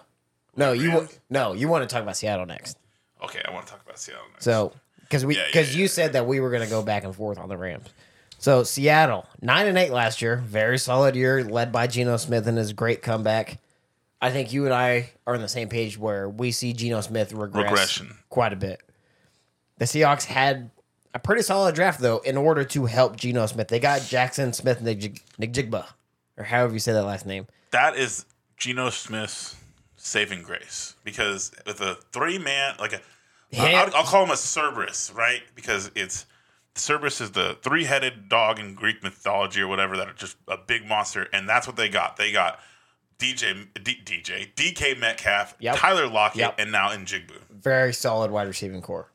No, you wa- Rams? no, you want to talk about Seattle next. okay, I want to talk about Seattle. Next. So because we Yeah, yeah, because yeah, you said that we were gonna go back and forth on the Rams. So Seattle nine and eight last year, very solid year, led by Geno Smith and his great comeback. I think you and I are on the same page where we see Geno Smith regress Regression. quite a bit. The Seahawks had a pretty solid draft though in order to help Geno Smith. They got Jackson Smith Nijig- Nijigba or however you say that last name. that is Geno Smith's saving grace because with a three man, like a, Yeah. will I'll call him a Cerberus, right? Because it's Cerberus is the three headed dog in Greek mythology or whatever that are just a big monster, and that's what they got. They got DJ, D, DJ, DK Metcalf, Yep. Tyler Lockett, Yep. and now Njigbu. Uh, Very solid wide receiving core.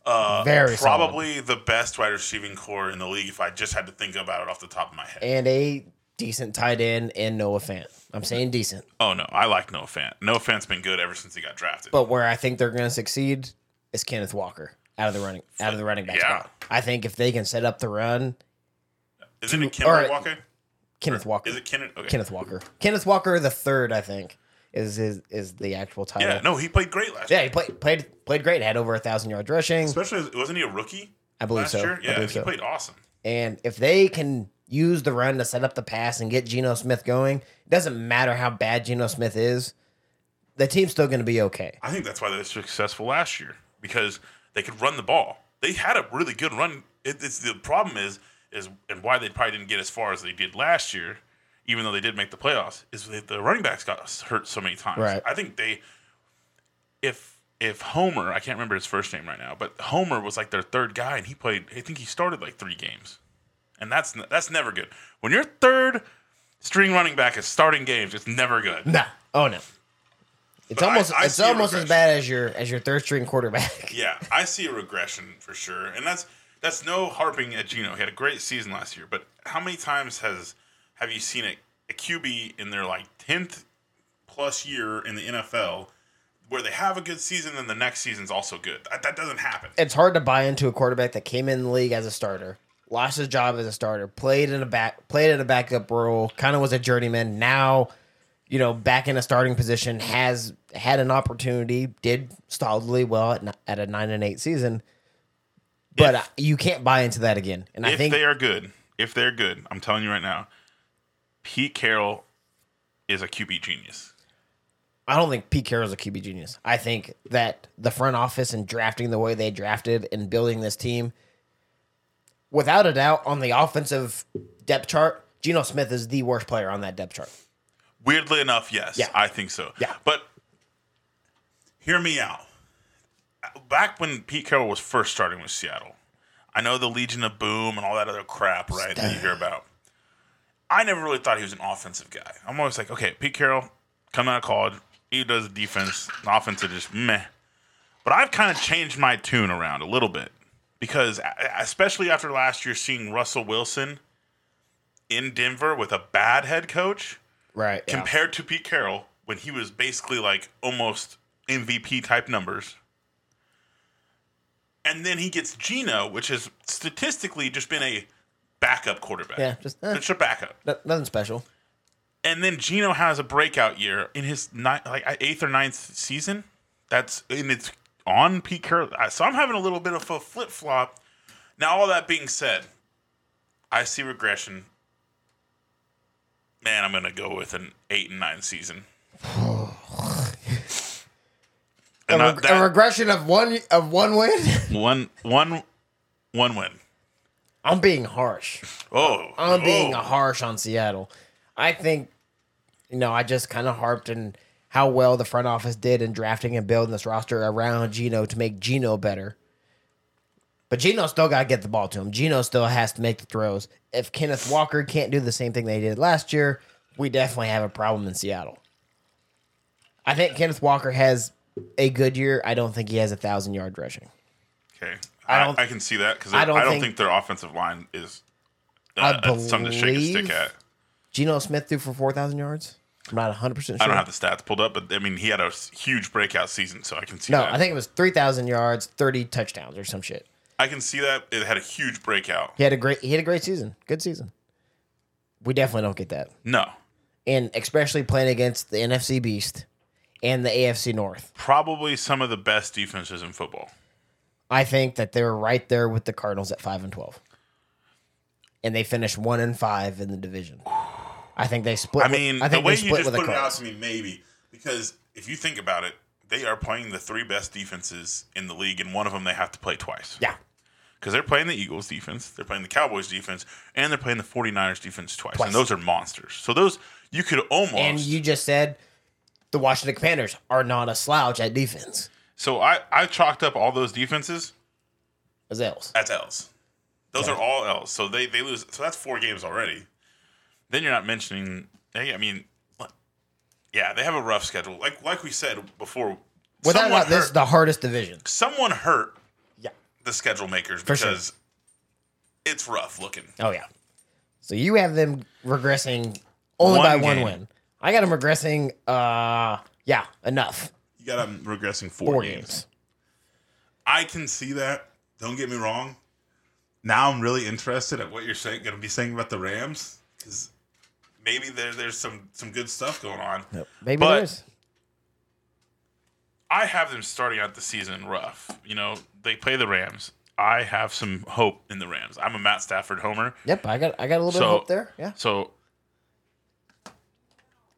very solid. Probably the best wide receiving core in the league if I just had to think about it off the top of my head. and a decent tight end and Noah Fant. I'm saying decent, Oh no, I like No Fan. No Fan's been good ever since he got drafted. but where I think they're going to succeed is Kenneth Walker out of the running out of the running back Yeah. spot. I think if they can set up the run, Isn't it or- Kimber Walker? Kenneth Walker, Is it Kenneth? Okay. Kenneth Walker, Kenneth Walker the third, I think is is, is the actual title. Yeah, no, he played great last Yeah, year. he played played played great. Had over a thousand yards rushing, Especially wasn't he a rookie I believe last so. year? I Yeah, he believe so. played awesome. And if they can use the run to set up the pass and get Geno Smith going, it doesn't matter how bad Geno Smith is, the team's still going to be okay. I think that's why they were successful last year because they could run the ball. They had a really good run. It, it's the problem is is and why they probably didn't get as far as they did last year, even though they did make the playoffs. Is that the running backs got hurt so many times. Right. I think they, if if Homer, I can't remember his first name right now, but Homer was like their third guy, and he played. I think he started like three games, and that's n- that's never good. When your third string running back is starting games, it's never good. No. Oh no. It's But I- almost I it's see a almost as regression. bad as your as your third string quarterback. Yeah, I see a regression for sure, and that's that's no harping at Gino. He had a great season last year, but how many times has have you seen a, a QB in their like tenth plus year in the NFL where they have a good season and the next season's also good? That, that doesn't happen. it's hard to buy into a quarterback that came in the league as a starter, lost his job as a starter, played in a back played in a backup role, kind of was a journeyman. Now, you know, back in a starting position, has had an opportunity, did solidly well at, n- at a nine and eight season. But If- uh you can't buy into that again, and I if think they are good, if they're good, I'm telling you right now, Pete Carroll is a QB genius. I don't think Pete Carroll's a QB genius. I think that the front office and drafting the way they drafted and building this team, without a doubt, on the offensive depth chart, Geno Smith is the worst player on that depth chart. Weirdly enough, yes, Yeah. I think so. Yeah. but hear me out. Back when Pete Carroll was first starting with Seattle, I know the Legion of Boom and all that other crap, right? That you hear about. I never really thought he was an offensive guy. I'm always like, okay, Pete Carroll, coming out of college, he does defense, the offense is just meh. But I've kind of changed my tune around a little bit because, a- especially after last year, seeing Russell Wilson in Denver with a bad head coach Right. yeah. compared to Pete Carroll when he was basically like almost MVP type numbers. And then he gets Gino, which has statistically just been a backup quarterback. Yeah, just, eh. it's a backup. No- nothing special. And then Gino has a breakout year in his ni- like uh, eighth or ninth season. That's and it's on Pete Carroll. I- So I'm having a little bit of a flip flop. Now, all that being said, I see regression. Man, I'm gonna go with an eight and nine season. A, and I- reg- that- a regression of one of one win. one, one, one win. I'm being harsh. Oh, I'm being oh. harsh on Seattle. I think, you know, I just kind of harped on how well the front office did in drafting and building this roster around Gino to make Gino better. But Gino still got to get the ball to him. Gino still has to make the throws. If Kenneth Walker can't do the same thing they did last year, we definitely have a problem in Seattle. I think Kenneth Walker has a good year. I don't think he has a thousand yard rushing. okay. I I, don't- I, can see that because I I don't don't, think- think, their offensive line is I uh, uh, something to shake a believe- stick at. Geno Smith threw for four thousand yards. I'm not 100 percent sure. I don't have the stats pulled up, but I mean, he had a s- huge breakout season, so I can see No, that. I think it was 3,000 yards, 30 touchdowns or some shit. I can see that it had a huge breakout. He had a great he had a great season. Good season. We definitely don't get that. No, And especially playing against the NFC Beast and the AFC North. probably some of the best defenses in football. I think that they were right there with the Cardinals at 5 and 12. And they finished 1 and 5 in the division. I think they split I mean, with, I think the way they you split just with put the it out Cardinals. to me, maybe because if you think about it, they are playing the three best defenses in the league, and one of them they have to play twice Yeah. because they're playing the Eagles defense, they're playing the Cowboys defense, and they're playing the 49ers defense twice, Twice. and those are monsters. So those you could almost And you just said the Washington Commanders are not a slouch at defense. so I I chalked up all those defenses As else. That's L's. Those are all L's. So they, they lose. So that's four games already. Then you're not mentioning. Hey, I mean, what- yeah, they have a rough schedule. Like like we said before, Without a someone doubt, this is hurt, the hardest division. someone hurt Yeah. the schedule makers sure. because it's rough looking. Oh yeah. So you have them regressing only One by one game. win. I got them regressing. Uh, yeah, enough. You got them regressing four, Four games. games. I can see that. Don't get me wrong. Now I'm really interested at what you're saying, going to be saying about the Rams because maybe there, there's some some good stuff going on. Maybe But- there is. I have them starting out the season rough. You know, they play the Rams. I have some hope in the Rams. I'm a Matt Stafford homer, Yep, I got I got a little bit of So- hope there. Yeah. so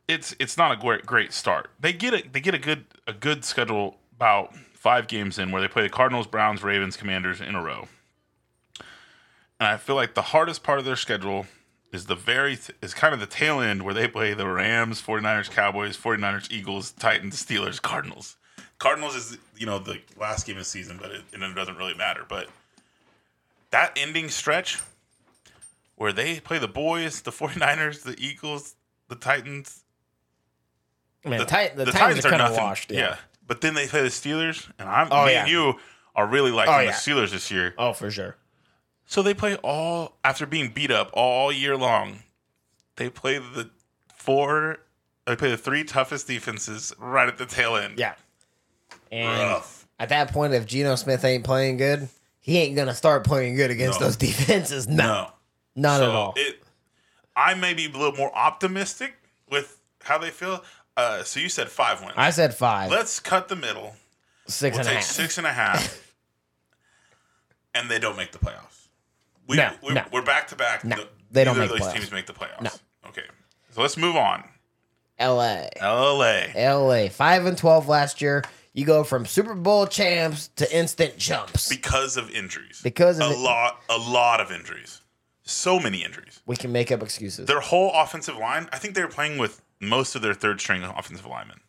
it's it's not a great great start. They get a they get a good a good schedule about five games in where they play the Cardinals, Browns, Ravens, Commanders in a row. And I feel like the hardest part of their schedule is the very th- is kind of the tail end where they play the Rams, 49ers, Cowboys, 49ers, Eagles, Titans, Steelers, Cardinals. Cardinals is you know the last game of the season, but it, and it doesn't really matter. But that ending stretch where they play the boys, the 49ers, the Eagles, the Titans, Man, Ti- the, Titans, are kind of washed. Yeah. But then they play the Steelers, and I'm Oh, me yeah. and you are really liking Oh, the yeah. Steelers this year. Oh, for sure. So they play all after being beat up all year long. They play the four. They play the three toughest defenses right at the tail end. Yeah. And Rough. at that point, if Geno Smith ain't playing good, he ain't gonna start playing good against No. those defenses. No, No. not so at all. It, I may be a little more optimistic with how they feel. Uh, so you said five wins. I said five, Let's cut the middle. six We'll and a take half. six and a half, and they don't make the playoffs. We, No, we, no. We're back to back. No, The- they don't neither make of those playoffs. teams make the playoffs. No. Okay, so let's move on. L.A. L.A. L.A. Five and twelve last year. You go from Super Bowl champs to instant jumps because of injuries. because of a it, lot, a lot of injuries. So many injuries. we can make up excuses. Their whole offensive line. I think they were playing with most of their third string offensive linemen.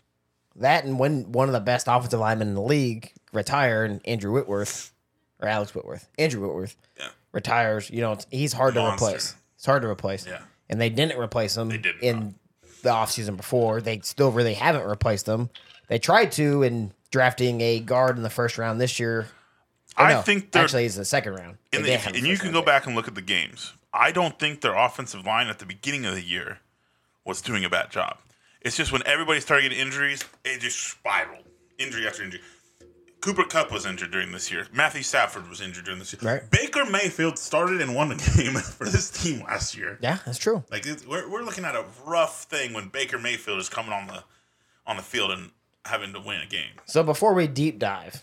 That and when one of the best offensive linemen in the league retire and Andrew Whitworth or Alex Whitworth, Andrew Whitworth Yeah. retires, you know, it's- he's hard to Monster. replace. It's hard to replace. Yeah. And they didn't replace him did in the offseason before. They still really haven't replaced them. They tried to in drafting a guard in the first round this year. Or I no, think they're actually it's the second round. They and, did if, have a and you first can round go pick. back and look at the games. I don't think their offensive line at the beginning of the year was doing a bad job. It's just when everybody started getting injuries, it just spiraled injury after injury. Cooper Cup was injured during this year. Matthew Stafford was injured during this year. Right. Baker Mayfield started and won a game for this team last year. Yeah, that's true. Like it's, we're we're looking at a rough thing when Baker Mayfield is coming on the on the field and having to win a game. So before we deep dive,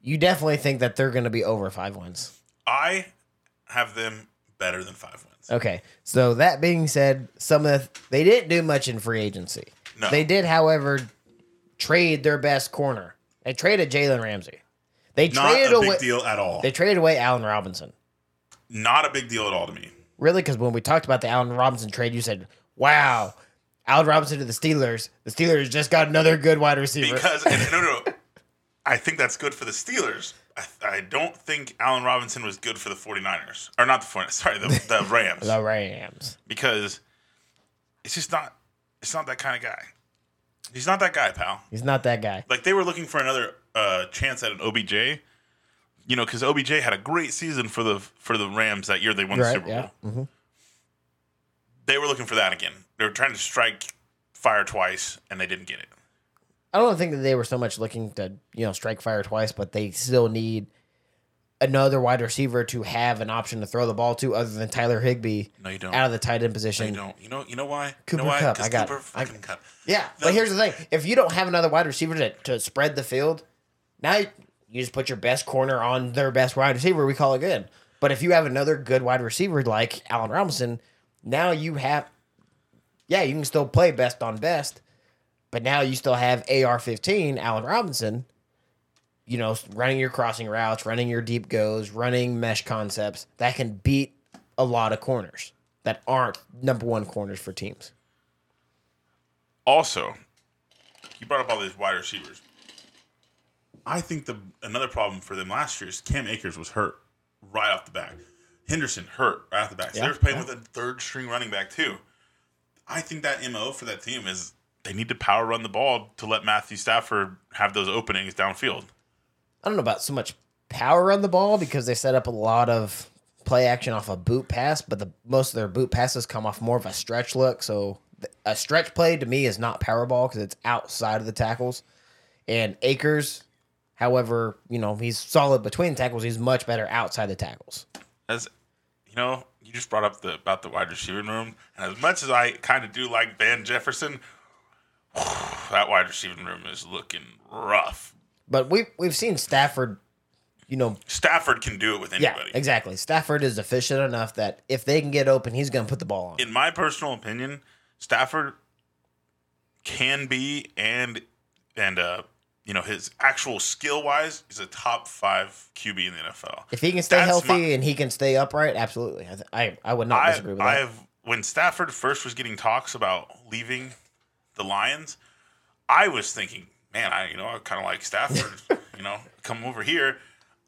you definitely think that they're gonna be over five wins. I have them better than five wins. Okay. So that being said, some of the, they didn't do much in free agency. No. They did, however, trade their best corner. They traded Jalen Ramsey. They Not traded a big away. deal at all. They traded away Allen Robinson. not a big deal at all to me. Really, because when we talked about the Allen Robinson trade, you said, "Wow, Allen Robinson to the Steelers. The Steelers just got another good wide receiver." Because and, no, no, I think that's good for the Steelers. I, I don't think Allen Robinson was good for the 49ers. Or not the 49ers, sorry, the, the Rams. the Rams. because it's just not it's not that kind of guy. He's not that guy, pal. He's not that guy. Like they were looking for another uh, chance at an OBJ. You know, because OBJ had a great season for the for the Rams that year they won the Right, Super Bowl. yeah. Mm-hmm. They were looking for that again. They were trying to strike fire twice and they didn't get it. I don't think that they were so much looking to, you know, strike fire twice, but they still need another wide receiver to have an option to throw the ball to other than Tyler Higbee No, you don't. out of the tight I end position. don't. You know. You know why? Cooper you know why? Kupp, 'Cause I got Cooper it. I- fucking Cup. Yeah, but here's the thing. If you don't have another wide receiver to, to spread the field, now you- you just put your best corner on their best wide receiver. We call it good. But if you have another good wide receiver like Allen Robinson, now you have, yeah, you can still play best on best, but now you still have AR 15, Allen Robinson, you know, running your crossing routes, running your deep goes, running mesh concepts that can beat a lot of corners that aren't number one corners for teams. Also, you brought up all these wide receivers. I think the another problem for them last year is Cam Akers was hurt right off the back. Henderson hurt right off the back. So Yeah, they were playing yeah. with a third string running back too. I think that mo for that team is they need to power run the ball to let Matthew Stafford have those openings downfield. I don't know about so much power on the ball because they set up a lot of play action off a boot pass, but the most of their boot passes come off more of a stretch look. So th- a stretch play to me is not power ball because it's outside of the tackles. And Akers, however, you know he's solid between tackles. He's much better outside the tackles. as you know, you just brought up the about the wide receiver room, and as much as I kind of do like Van Jefferson, that wide receiver room is looking rough. But we we've seen Stafford, you know, Stafford can do it with yeah, anybody. exactly. Stafford is efficient enough that if they can get open, he's going to put the ball on. In my personal opinion, Stafford can be and and uh you know his actual skill wise is a top five QB in the NFL. If he can stay That's healthy my- and he can stay upright, absolutely. I th- I, I would not I, disagree with that. I've when Stafford first was getting talks about leaving the Lions, I was thinking, man, I you know I kind of like Stafford, you know, come over here.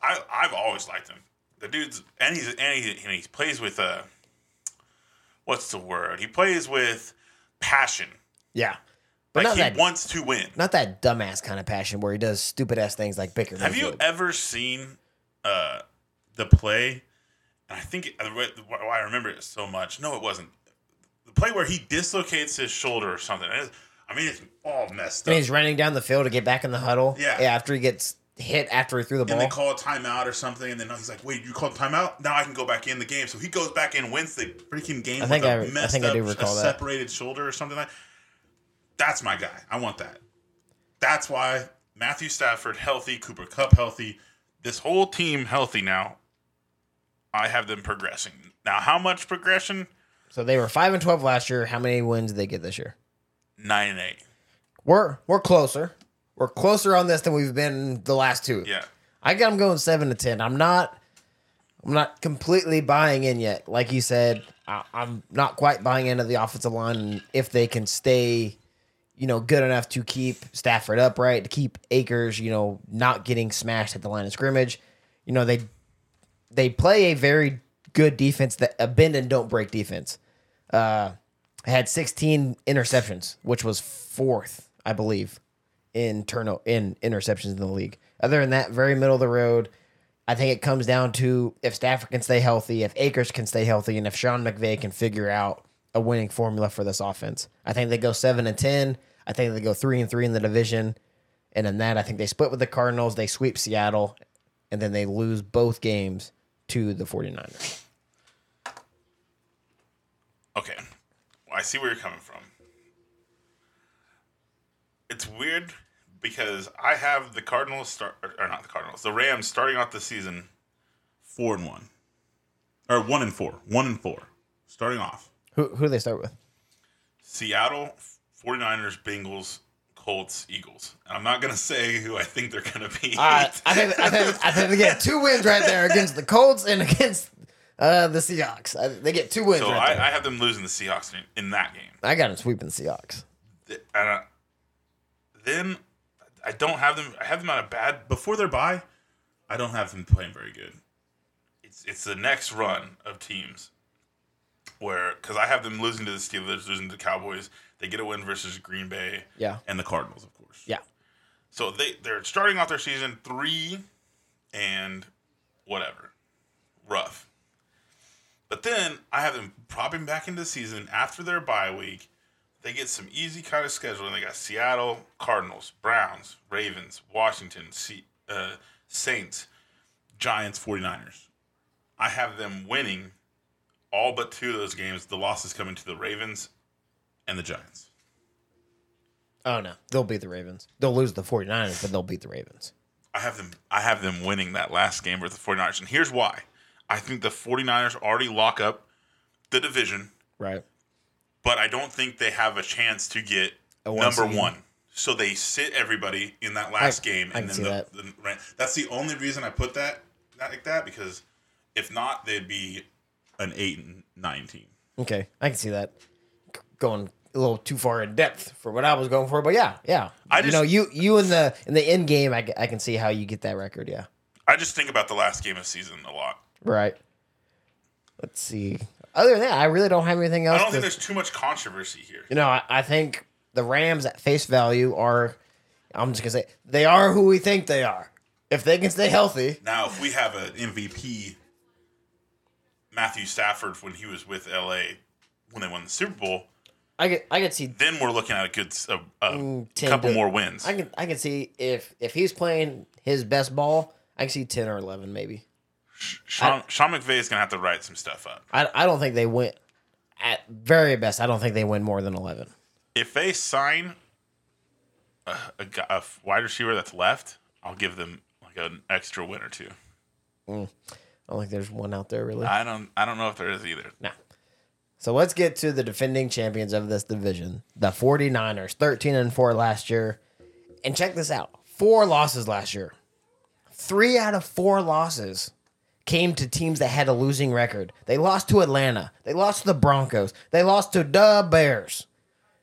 I I've always liked him. The dude's and he's and he, and he plays with uh what's the word? He plays with passion. Yeah. But like not he that- wants to win. Not that dumbass kind of passion where he does stupid ass things like Baker. Have you Mayfield. ever seen uh, the play? And I think I re- why I remember it so much. No, it wasn't the play where he dislocates his shoulder or something. It is- I mean, it's all messed And up. he's running down the field to get back in the huddle. Yeah. after he gets hit after he threw the And ball. they call a timeout or something, and then he's like, "Wait, you called timeout? Now I can go back in the game." So he goes back in, wins the freaking game I think with I- a I messed think I up, do a recall that. separated shoulder or something like. That's my guy. I want that. That's why Matthew Stafford healthy, Cooper Cup healthy, this whole team healthy now. I have them progressing now. How much progression? so they were five and twelve last year. How many wins did they get this year? Nine and eight. We're we're closer. We're closer on this than we've been the last two. Yeah, I got them going seven to ten. I'm not. I'm not completely buying in yet. Like you said, I, I'm not quite buying into the offensive line and if they can stay, you know, good enough to keep Stafford upright, to keep Akers, you know, not getting smashed at the line of scrimmage. You know, they they play a very good defense that a bend and don't break defense. Uh, had 16 interceptions, which was fourth, I believe, in turno in interceptions in the league. Other than that, very middle of the road. I think it comes down to if Stafford can stay healthy, if Akers can stay healthy, and if Sean McVay can figure out a winning formula for this offense. I think they go seven and ten. I think they go three and three in the division. And in that, I think they split with the Cardinals, they sweep Seattle, and then they lose both games to the 49ers. Okay. Well, I see where you're coming from. It's weird because I have the Cardinals start or or not the Cardinals, the Rams starting off the season four and one. Or one and four. One and four. Starting off. Who who do they start with? Seattle, 49ers, Bengals, Colts, Eagles. And I'm not gonna say who I think they're gonna be. Uh, I think I think I think they get two wins right there against the Colts and against uh, the Seahawks. I, they get two wins so right there. I, I have them losing the Seahawks in, in that game. I, got them sweeping the Seahawks. Th- and I, then I don't have them. I have them on a bad before their bye. I don't have them playing very good. It's it's the next run of teams where because I have them losing to the Steelers, losing to the Cowboys. They get a win versus Green Bay, Yeah. and the Cardinals, of course. Yeah. So they they're starting off their season three and whatever. Rough. But then I have them propping back into the season after their bye week. They get some easy kind of schedule, and they got Seattle, Cardinals, Browns, Ravens, Washington, C- uh, Saints, Giants, 49ers. I have them winning all but two of those games. The losses coming to the Ravens and the Giants. Oh no, they'll beat the Ravens. They'll lose the 49ers, but they'll beat the Ravens. I have them I have them winning that last game versus the 49ers. And here's why. I think the 49ers already lock up the division, Right. but I don't think they have a chance to get A one number seed. 1. So they sit everybody in that last I- game I and can then the, see the right. that's the only reason I put that that like that because if not they'd be an 8 and 9 team. Okay, I can see that going a little too far in depth for what I was going for, but yeah, yeah. I you just- know you you in the in the end game, I, ca- I can see how you get that record. Yeah. I just think about the last game of season a lot. Right. Let's see. Other than that, I really don't have anything I else. don't think to- there's too much controversy here. you know, I, I think the Rams at face value are. I'm just gonna say they are who we think they are. If they can stay healthy, Now, if we have an MVP, Matthew Stafford, when he was with LA when they won the Super Bowl, I could I could see then we're looking at a good s- a, a Mm, ten couple to- more wins. I can I can see if if he's playing his best ball, I can see ten or eleven maybe. Sean, Sean McVay is going to have to write some stuff up. I I don't think they win. At very best, I don't think they win more than eleven. If they sign a, a, gu- a f- wide receiver that's left, I'll give them like an extra win or two. I don't think there's one out there really. I don't I don't know if there is either. No. So let's get to the defending champions of this division, the 49ers, 13 and 4 last year. And check this out four losses last year. Three out of four losses came to teams that had a losing record. They lost to Atlanta. They lost to the Broncos. They lost to the Bears.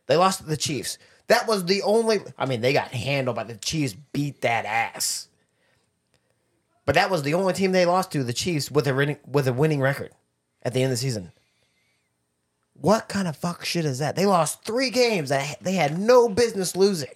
They lost to the Chiefs. That was the only. I mean, they got handled by the Chiefs, beat that ass. But that was the only team they lost to, the Chiefs, with a, winning- with a winning record at the end of the season. What kind of fuck shit is that? They lost three games that they had no business losing.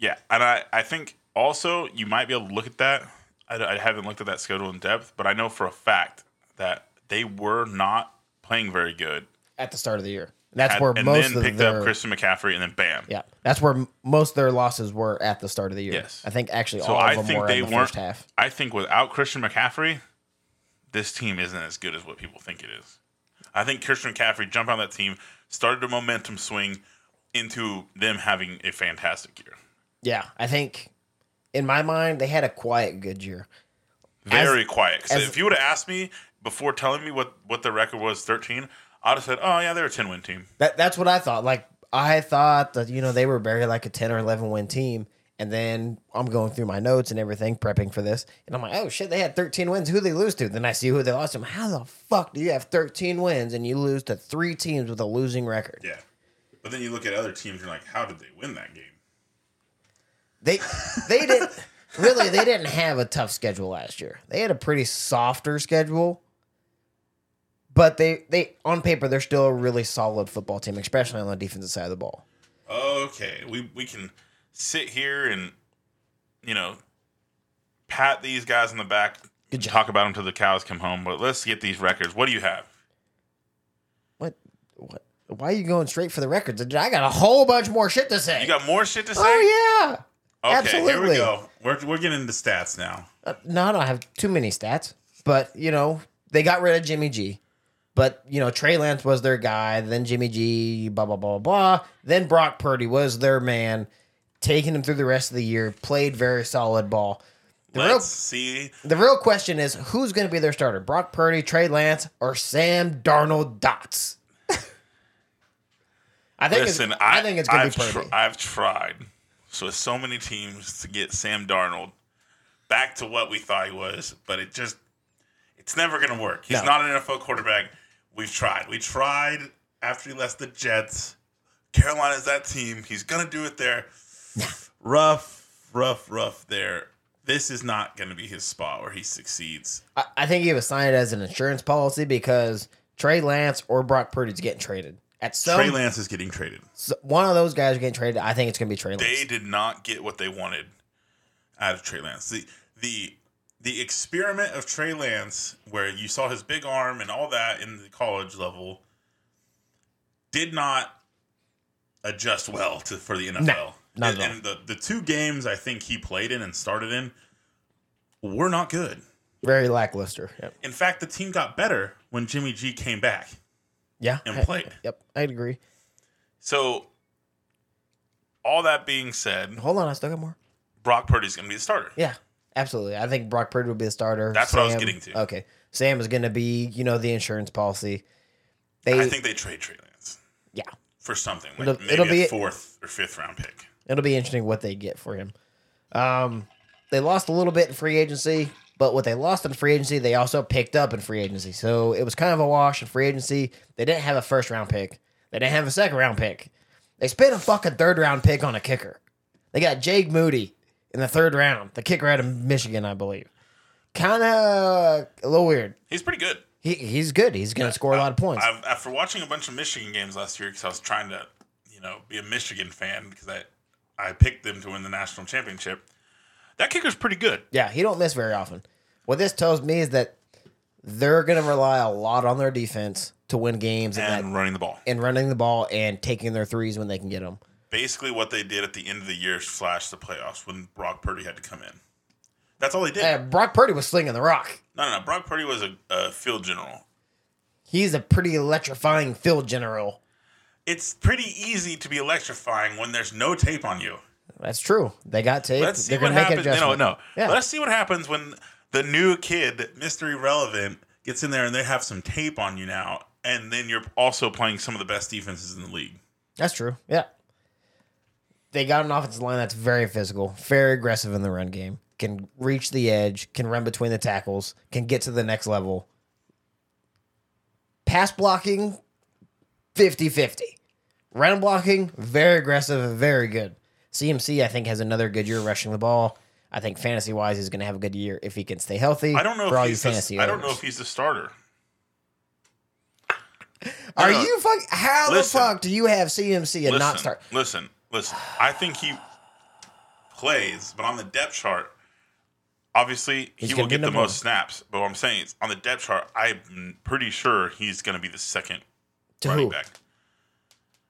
Yeah, and I, I think also you might be able to look at that. I, I haven't looked at that schedule in depth, but I know for a fact that they were not playing very good. at the start of the year. That's Had- where and most then of picked their up Christian McCaffrey, and then bam. yeah, that's where m- most of their losses were at the start of the year. Yes. I think actually So all of I them think were they in the weren't. first half. I think without Christian McCaffrey, this team isn't as good as what people think it is. I think Christian McCaffrey jumped on that team, started a momentum swing into them having a fantastic year. Yeah, I think in my mind they had a quiet good year. As- Very quiet. 'Cause as- if you would have asked me before telling me what what the record was, thirteen, I'd have said, "Oh yeah, they're a ten win team." That that's what I thought. Like I thought that you know they were very like a ten or eleven win team. And then I'm going through my notes and everything, prepping for this, and I'm like, oh shit, they had 13 wins. Who they lose to? Then I see who they lost to. I'm, How the fuck do you have 13 wins and you lose to three teams with a losing record? Yeah, but then you look at other teams, you're like, "How did they win that game?" They they didn't really they didn't have a tough schedule last year. They had a pretty softer schedule. But they they on paper they're still a really solid football team, especially on the defensive side of the ball. okay, we we can sit here and you know pat these guys in the back, Good job. talk about them till the cows come home. But let's get these records. What do you have? What what why are you going straight for the records? I got a whole bunch more shit to say. You got more shit to say? oh yeah. okay, here we absolutely. go. We're we're getting into stats now. Uh, no, I don't have too many stats, but you know, they got rid of Jimmy G. But you know, Trey Lance was their guy, then Jimmy G, blah blah blah blah. blah. Then Brock Purdy was their man, taking him through the rest of the year, played very solid ball. The Let's real, see. the real question is who's going to be their starter? Brock Purdy, Trey Lance, or Sam Darnold Dots? I think Listen, it's, I, I, think it's going I've to be Purdy. tr- I've tried so with so many teams to get Sam Darnold back to what we thought he was, but it just it's never going to work. He's No. not an NFL quarterback. We've tried. We tried after he left the Jets. Carolina's that team. He's going to do it there. rough, rough, rough there. This is not going to be his spot where he succeeds. I, I think he was signed as an insurance policy because Trey Lance or Brock Purdy's getting traded. At some Trey Lance is getting traded. So one of those guys are getting traded. I think it's going to be Trey Lance. they did not get what they wanted out of Trey Lance. The the the experiment of Trey Lance, where you saw his big arm and all that in the college level, did not adjust well to for the NFL. not and, at all. and the, the two games I think he played in and started in were not good. Very lackluster. Yep. In fact, the team got better when Jimmy G came back. Yeah. And I- played. Yep. I'd agree. So all that being said, Hold on. I still got more. Brock Purdy's gonna be the starter. Yeah. Absolutely. I think Brock Purdy will be the starter. That's what I was getting to. Okay. Sam is going to be, you know, the insurance policy. They, I think they trade Trey Lance. yeah. for something. Like It'll- maybe it'll a be- fourth or fifth round pick. It'll be interesting what they get for him. Um, they lost a little bit in free agency, but what they lost in free agency, they also picked up in free agency. So it was kind of a wash in free agency. They didn't have a first round pick. They didn't have a second round pick. They spent a fucking third round pick on a kicker. They got Jake Moody in the third round, the kicker out of Michigan, I believe. Kind of a little weird. He's pretty good. He, he's good. He's going to score a lot of points. I've, after watching a bunch of Michigan games last year, because I was trying to, you know, be a Michigan fan because I, I picked them to win the national championship. That kicker's pretty good. Yeah, he don't miss very often. What this tells me is that they're going to rely a lot on their defense to win games and, And that, running the ball. and running the ball and taking their threes when they can get them. Basically, what they did at the end of the year slash the playoffs when Brock Purdy had to come in. That's all they did. Uh, Brock Purdy was slinging the rock. No, no, no. Brock Purdy was a, a field general. He's a pretty electrifying field general. It's pretty easy to be electrifying when there's no tape on you. That's true. They got tape. Let's see They're what going to make an happens. No, adjustment. no. Yeah. Let's see what happens when the new kid, Mr. Irrelevant, gets in there and they have some tape on you now, and then you're also playing some of the best defenses in the league. That's true. Yeah. They got an offensive line that's very physical, very aggressive in the run game, can reach the edge, can run between the tackles, can get to the next level. Pass blocking, 50 50. Run blocking, very aggressive, and very good. CMC, I think, has another good year rushing the ball. I think fantasy wise, he's going to have a good year if he can stay healthy. I don't know for all if you he's the, fantasy I don't know owners. if he's the starter. Are no. you fuck? How Listen. the fuck do you have CMC and listen, not start? Listen, listen. I think he plays, but on the depth chart, obviously He's he gonna will be get the number most one. snaps. But what I'm saying is, on the depth chart, I'm pretty sure he's going to be the second To running who? back.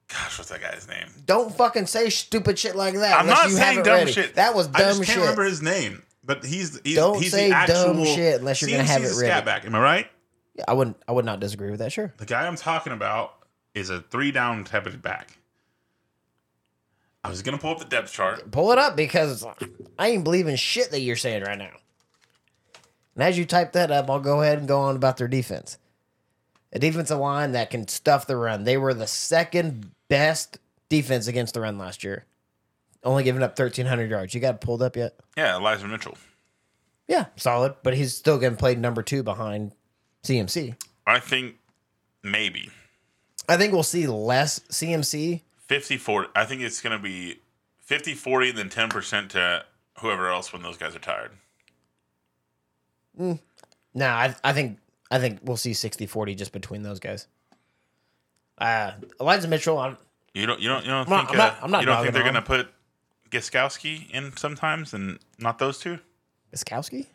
Gosh, what's that guy's name? Don't fucking say stupid shit like that. I'm unless not you have saying it dumb ready. shit. That was dumb I just shit. can't remember his name, but he's he's, Don't he's say the dumb actual shit unless you're gonna CMC's have a it scat ready. back. Am I right? Yeah, I wouldn't. I would not disagree with that. Sure. The guy I'm talking about is a three down type of back. I was gonna pull up the depth chart. Pull it up because I ain't believing shit that you're saying right now. And as you type that up, I'll go ahead and go on about their defense. A defensive line that can stuff the run. They were the second best defense against the run last year, only giving up 1,300 yards. You got it pulled up yet? Yeah, Elijah Mitchell. Yeah, solid, but he's still getting played number two behind CMC. I think maybe I think we'll see less CMC. 50 40. I think it's gonna be 50 40 and then 10% to whoever else when those guys are tired. No, I, I think I think we'll see 60-40 just between those guys. Uh, Elijah Mitchell, I'm, You don't you don't you don't not- think I'm not- uh, I'm not you don't think dogging they're on gonna put Giskowski in sometimes and not those two? Biskowski?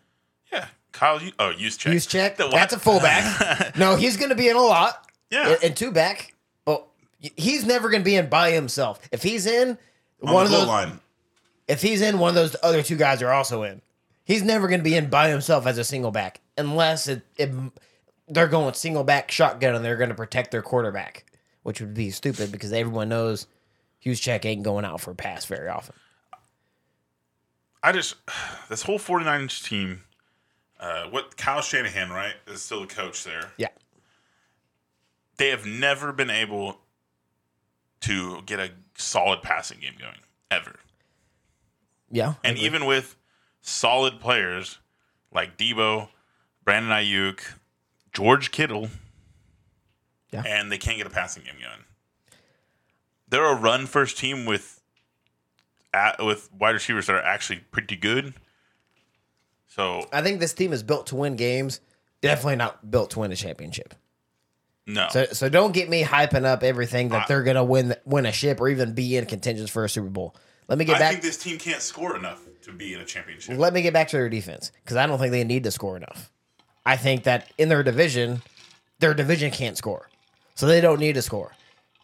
Yeah. Kyle, you, oh, use check. Use check. The what? That's a fullback. no, he's going to be in a lot. Yeah. And- And two back. But he's never going to be in by himself. If he's in On the one of goal those, line. if he's in one of those other two guys are also in. He's never going to be in by himself as a single back unless it, it they're going single back shotgun and they're going to protect their quarterback, which would be stupid because everyone knows Hughes check ain't going out for a pass very often. I just this whole 49ers team. Uh, what Kyle Shanahan, right, is still the coach there. Yeah. They have never been able to get a solid passing game going ever, Yeah. I and agree. even with solid players like Debo, Brandon Ayuk, George Kittle, Yeah. and they can't get a passing game going. They're a run first team with at, with wide receivers that are actually pretty good. So I think this team is built to win games, definitely not built to win a championship. no, So, so don't get me hyping up everything that they're gonna win win a ship or even be in contention for a Super Bowl. Let me get I back. think this team can't score enough to be in a championship. let me get back to their defense because I don't think they need to score enough. I think that in their division, their division can't score, so they don't need to score,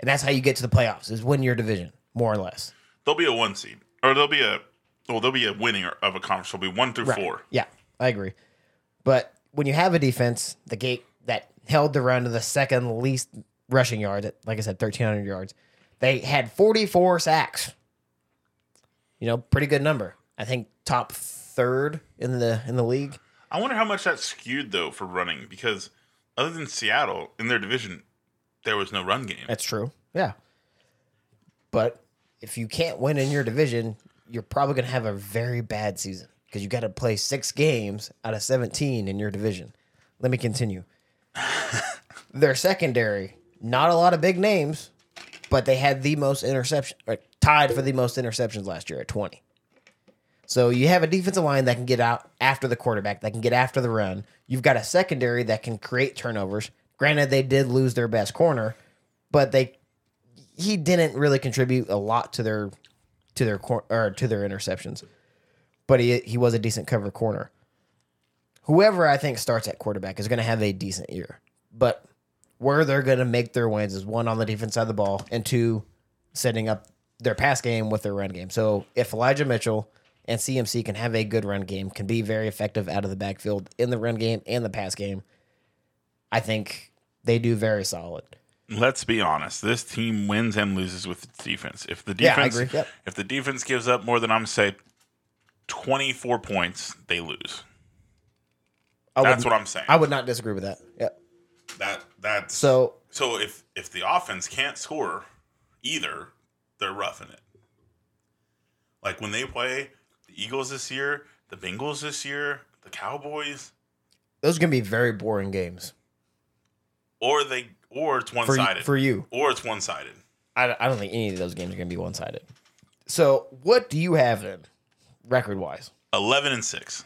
and that's how you get to the playoffs is win your division more or less. They'll be a one seed, or they'll be a well, they'll be a winning of a conference. They'll be one through four. Yeah, I agree. But when you have a defense, the gate that held the run to the second least rushing yard, at, like I said, thirteen hundred yards, they had forty four sacks. You know, pretty good number. I think top third in the in the league. I wonder how much that's skewed though for running because other than Seattle in their division, there was no run game. That's true. Yeah. But if you can't win in your division, you're probably going to have a very bad season because you got to play six games out of 17 in your division. Let me continue. Their secondary, not a lot of big names, but they had the most interception, or tied for the most interceptions last year at 20. So you have a defensive line that can get out after the quarterback, that can get after the run. You've got a secondary that can create turnovers. Granted, they did lose their best corner, but they he didn't really contribute a lot to their to their cor- or to their interceptions. But he he was a decent cover corner. Whoever I think starts at quarterback is going to have a decent year. But where they're going to make their wins is one on the defense side of the ball and two setting up their pass game with their run game. So if Elijah Mitchell and CMC can have a good run game, can be very effective out of the backfield in the run game and the pass game, I think they do very solid. Let's be honest, this team wins and loses with its defense. If the Yeah, I defense agree. Yep. if the defense gives up more than I'm gonna say twenty four points, they lose. I That's would, what I'm saying. I would not disagree with that. Yep. that that's So So if if the offense can't score either, they're roughing it. Like when they play the Eagles this year, the Bengals this year, the Cowboys, those are gonna be very boring games or they or it's one for you, sided. for you. Or it's one sided. I, I don't think any of those games are gonna be one sided. So what do you have then, record wise? Eleven and six.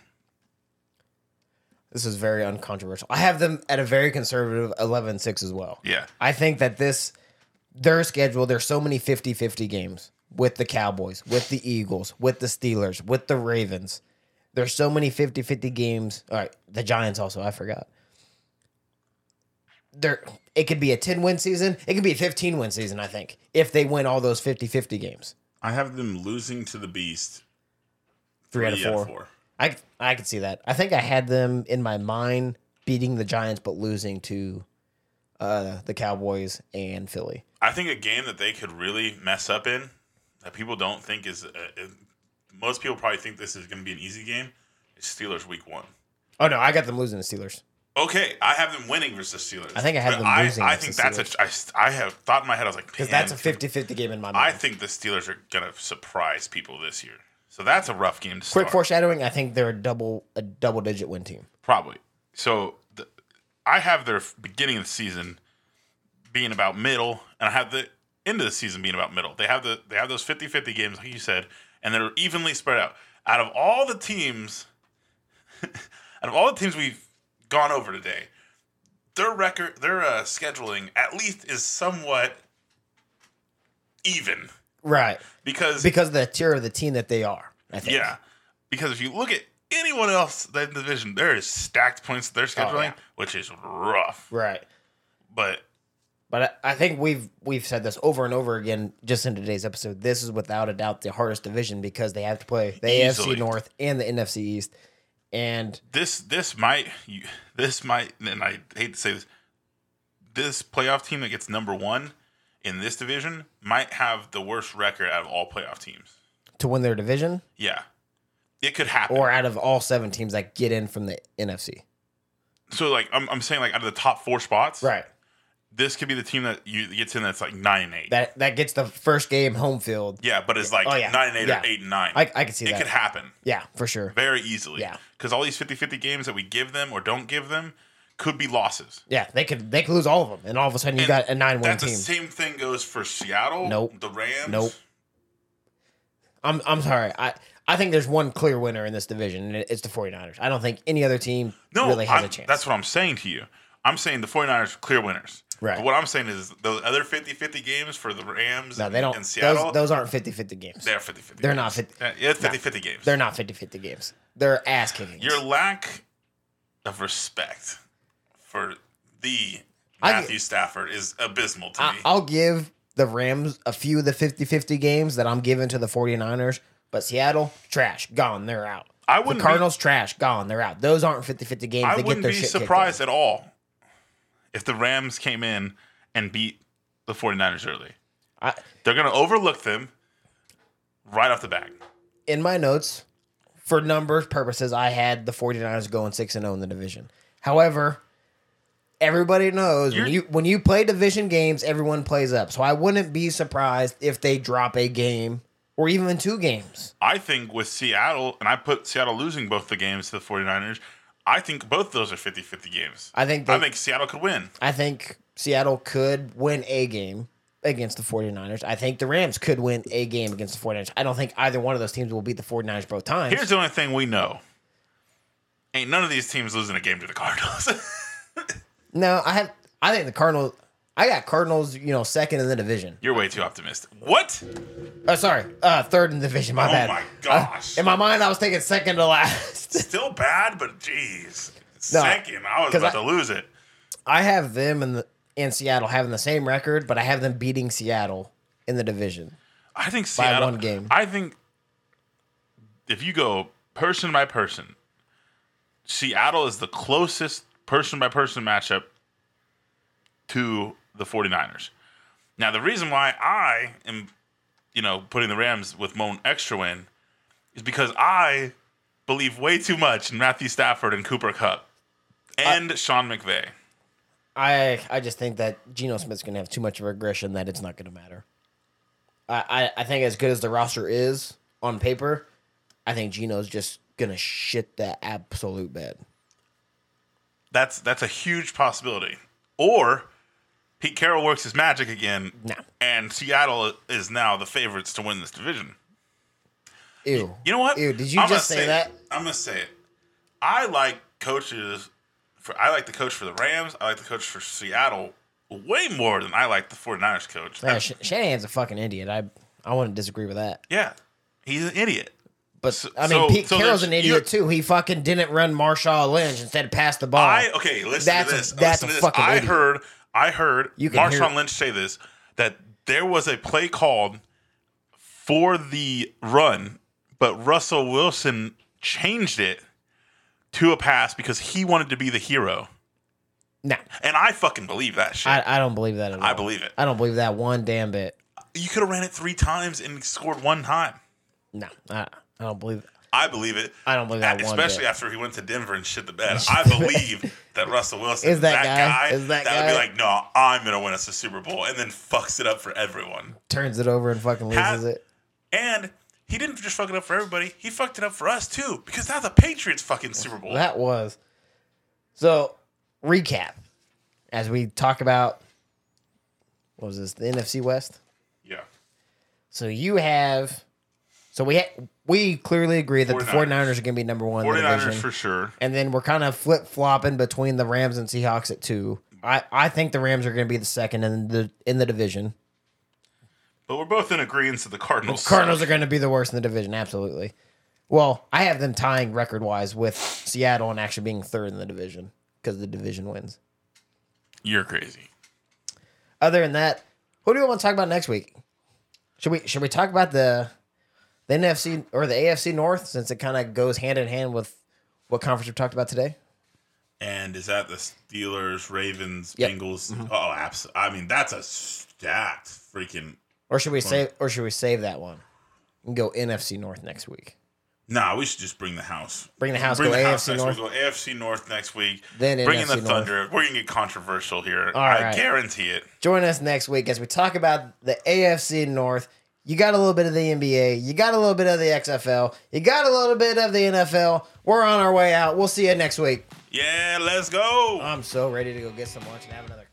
This is very uncontroversial. I have them at a very conservative 11-6 as well. Yeah. I think that this their schedule, there's so many 50-50 games with the Cowboys, with the Eagles, with the Steelers, with the Ravens. There's so many 50-50 games. All right, the Giants also, I forgot. There it could be a 10 win season. It could be a 15 win season, I think, if they win all those 50-50 games. I have them losing to the Beast. Three, out of four. I I could see that. I think I had them in my mind beating the Giants but losing to uh, the Cowboys and Philly. I think a game that they could really mess up in that people don't think is. Uh, uh, most people probably think this is going to be an easy game. Is Steelers Week One. Oh no, I got them losing the Steelers. Okay, I have them winning versus the Steelers. I think I had But them losing I, I versus think that's a. I, st- I have thought in my head. I was like, Because that's a "Man, 50-50 game in my I mind. think the Steelers are going to surprise people this year. So that's a rough game to Quick start. foreshadowing, I think they're a double a double digit win team. Probably. So the, I have their f- beginning of the season being about middle, and I have the end of the season being about middle. They have the they have those 50-50 games, like you said, and they're evenly spread out. Out of all the teams, out of all the teams we've gone over today, their record, their uh, scheduling at least is somewhat even Right. because Because of the tier of the team that they are, I think. Yeah, because if you look at anyone else in the division, there is stacked points to their scheduling, Oh, yeah. which is rough. Right. But But I I think we've we've said this over and over again just in today's episode. This is without a doubt the hardest division because they have to play the Easily. AFC North and the NFC East. And this this might you, this might, and I hate to say this, this playoff team that gets number one in this division might have the worst record out of all playoff teams. to win their division Yeah, it could happen. or out of all seven teams that get in from the NFC. so like I'm, I'm saying like out of the top four spots, Right. This could be the team that you gets in that's like nine and eight. That that gets the first game home field. yeah, but it's like Oh, yeah. nine and eight Yeah. or eight and nine. I, I could see it that. could happen. yeah, for sure. very easily. Yeah. Because all these 50 50 games that we give them or don't give them could be losses. Yeah, they could they could lose all of them, and all of a sudden you And got a nine win That the team. same thing goes for Seattle. Nope. The Rams. Nope. I'm I'm sorry. I I think there's one clear winner in this division, and it- it's the 49ers. I don't think any other team No, really has I'm- a chance. that's what I'm saying to you. I'm saying the 49ers are clear winners. Right. But what I'm saying is those other 50 50 games for the Rams no, and, they don't. and Seattle, those, those aren't 50-50 games. they're 50 50. They're not 50 Yeah, 50 50 games. They're not 50-50 games. They're ass kicking. Your lack of respect for the I- Matthew Stafford is abysmal to me. I'll give the Rams a few of the 50-50 games that I'm giving to the 49ers, but Seattle trash, gone, they're out. I The wouldn't be- Cardinals trash, gone, they're out. Those aren't 50-50 games. I they get wouldn't their be shit kicked surprised at all if the Rams came in and beat the 49ers early. out of them. I, They're going to overlook them right off the bat. in my notes, for numbers purposes, I had the 49ers going 6 and 0 in the division. However, everybody knows when You're- you when you play division games, everyone plays up. So I wouldn't be surprised if they drop a game or even two games. I think with Seattle, and I put Seattle losing both the games to the 49ers, I think both those are 50 50 games. I think they, I think Seattle could win. I think Seattle could win a game against the 49ers. I think the Rams could win a game against the 49ers. I don't think either one of those teams will beat the 49ers both times. Here's the only thing we know ain't none of these teams losing a game to the Cardinals. no, I have I think the Cardinals I got Cardinals, you know, second in the division. You're way too optimistic. What? Oh, sorry, uh, third in the division. My Oh bad. my gosh. In my mind, I was thinking second to last. Still bad, but geez. Second, I was 'cause about I- to lose it. I have them in the in Seattle having the same record, but I have them beating Seattle in the division. I think Seattle. one game. I think if you go person by person, Seattle is the closest person by person matchup to the 49ers. Now, the reason why I am, you know, putting the Rams with one extra win is because I believe way too much in Matthew Stafford and Cooper Cup and Sean McVay. I I just think that Geno Smith's gonna have too much of a regression that it's not gonna matter. I, I I think as good as the roster is on paper, I think Geno's just gonna shit the absolute bed. That's that's a huge possibility. Or Pete Carroll works his magic again, No. and Seattle is now the favorites to win this division. Ew. You know what? Ew, did you I'm gonna just say it. that? I'm gonna say it. I like coaches. For I like the coach for the Rams. I like the coach for Seattle way more than I like the 49ers coach. Yeah, Sh- Shanahan's a fucking idiot. I I wouldn't disagree with that. yeah, he's an idiot. But So- I mean, so- Pete so Carroll's there's- an idiot too. He fucking didn't run Marshawn Lynch instead pass the ball. I okay. Listen Oh, That's to a- this. that's listen a to this. fucking I idiot. heard. I heard You can Marshawn hear- Lynch say this that there was a play called for the run, but Russell Wilson changed it to a pass because he wanted to be the hero, no, and I fucking believe that shit. I, I, I don't believe that at all. believe it. I don't believe that one damn bit. You could have ran it three times and scored one time. No, I, I don't believe. I believe it. I don't believe that one Especially bit. after he went to Denver and shit the bed. I believe that Russell Wilson Is is that that, guy? guy. Is that would be guy? like, no, I'm gonna win us a Super Bowl, and then fucks it up for everyone. Turns it over and fucking loses Pat- it. And he didn't just fuck it up for everybody. He fucked it up for us too, because now the Patriots fucking Super Bowl. That was. So, recap as we talk about what was this, the NFC West? yeah, So you have so we ha- we clearly agree that the 49ers. 49ers are going to be number 1 in the 49ers division. for sure. and then we're kind of flip-flopping between the Rams and Seahawks at 2. I, I think the Rams are going to be the second in the in the division. But we're both in agreement that the Cardinals. Cardinals are suck. going to be the worst in the division, absolutely. Well, I have them tying record-wise with Seattle and actually being third in the division because the division wins. You're crazy. other than that, who do we want to talk about next week? Should we should we talk about the the NFC or the AFC North since it kind of goes hand in hand with what conference we talked about today? And is that the Steelers, Ravens, Yep. Mm-hmm. Bengals? Oh, absolutely. I mean, that's a stacked freaking. Or should we save or should we save that one and go NFC North next week? Nah, we should just bring the house. Bring the house, Bring go the AFC house next North. week. Go AFC North next week. Then bring in NFC the Thunder. We're gonna get controversial here. I right. guarantee it. Join us next week as we talk about the AFC North. You got a little bit of the NBA, you got a little bit of the XFL, you got a little bit of the NFL. We're on our way out. We'll see you next week. Yeah, let's go. I'm so ready to go get some lunch and have another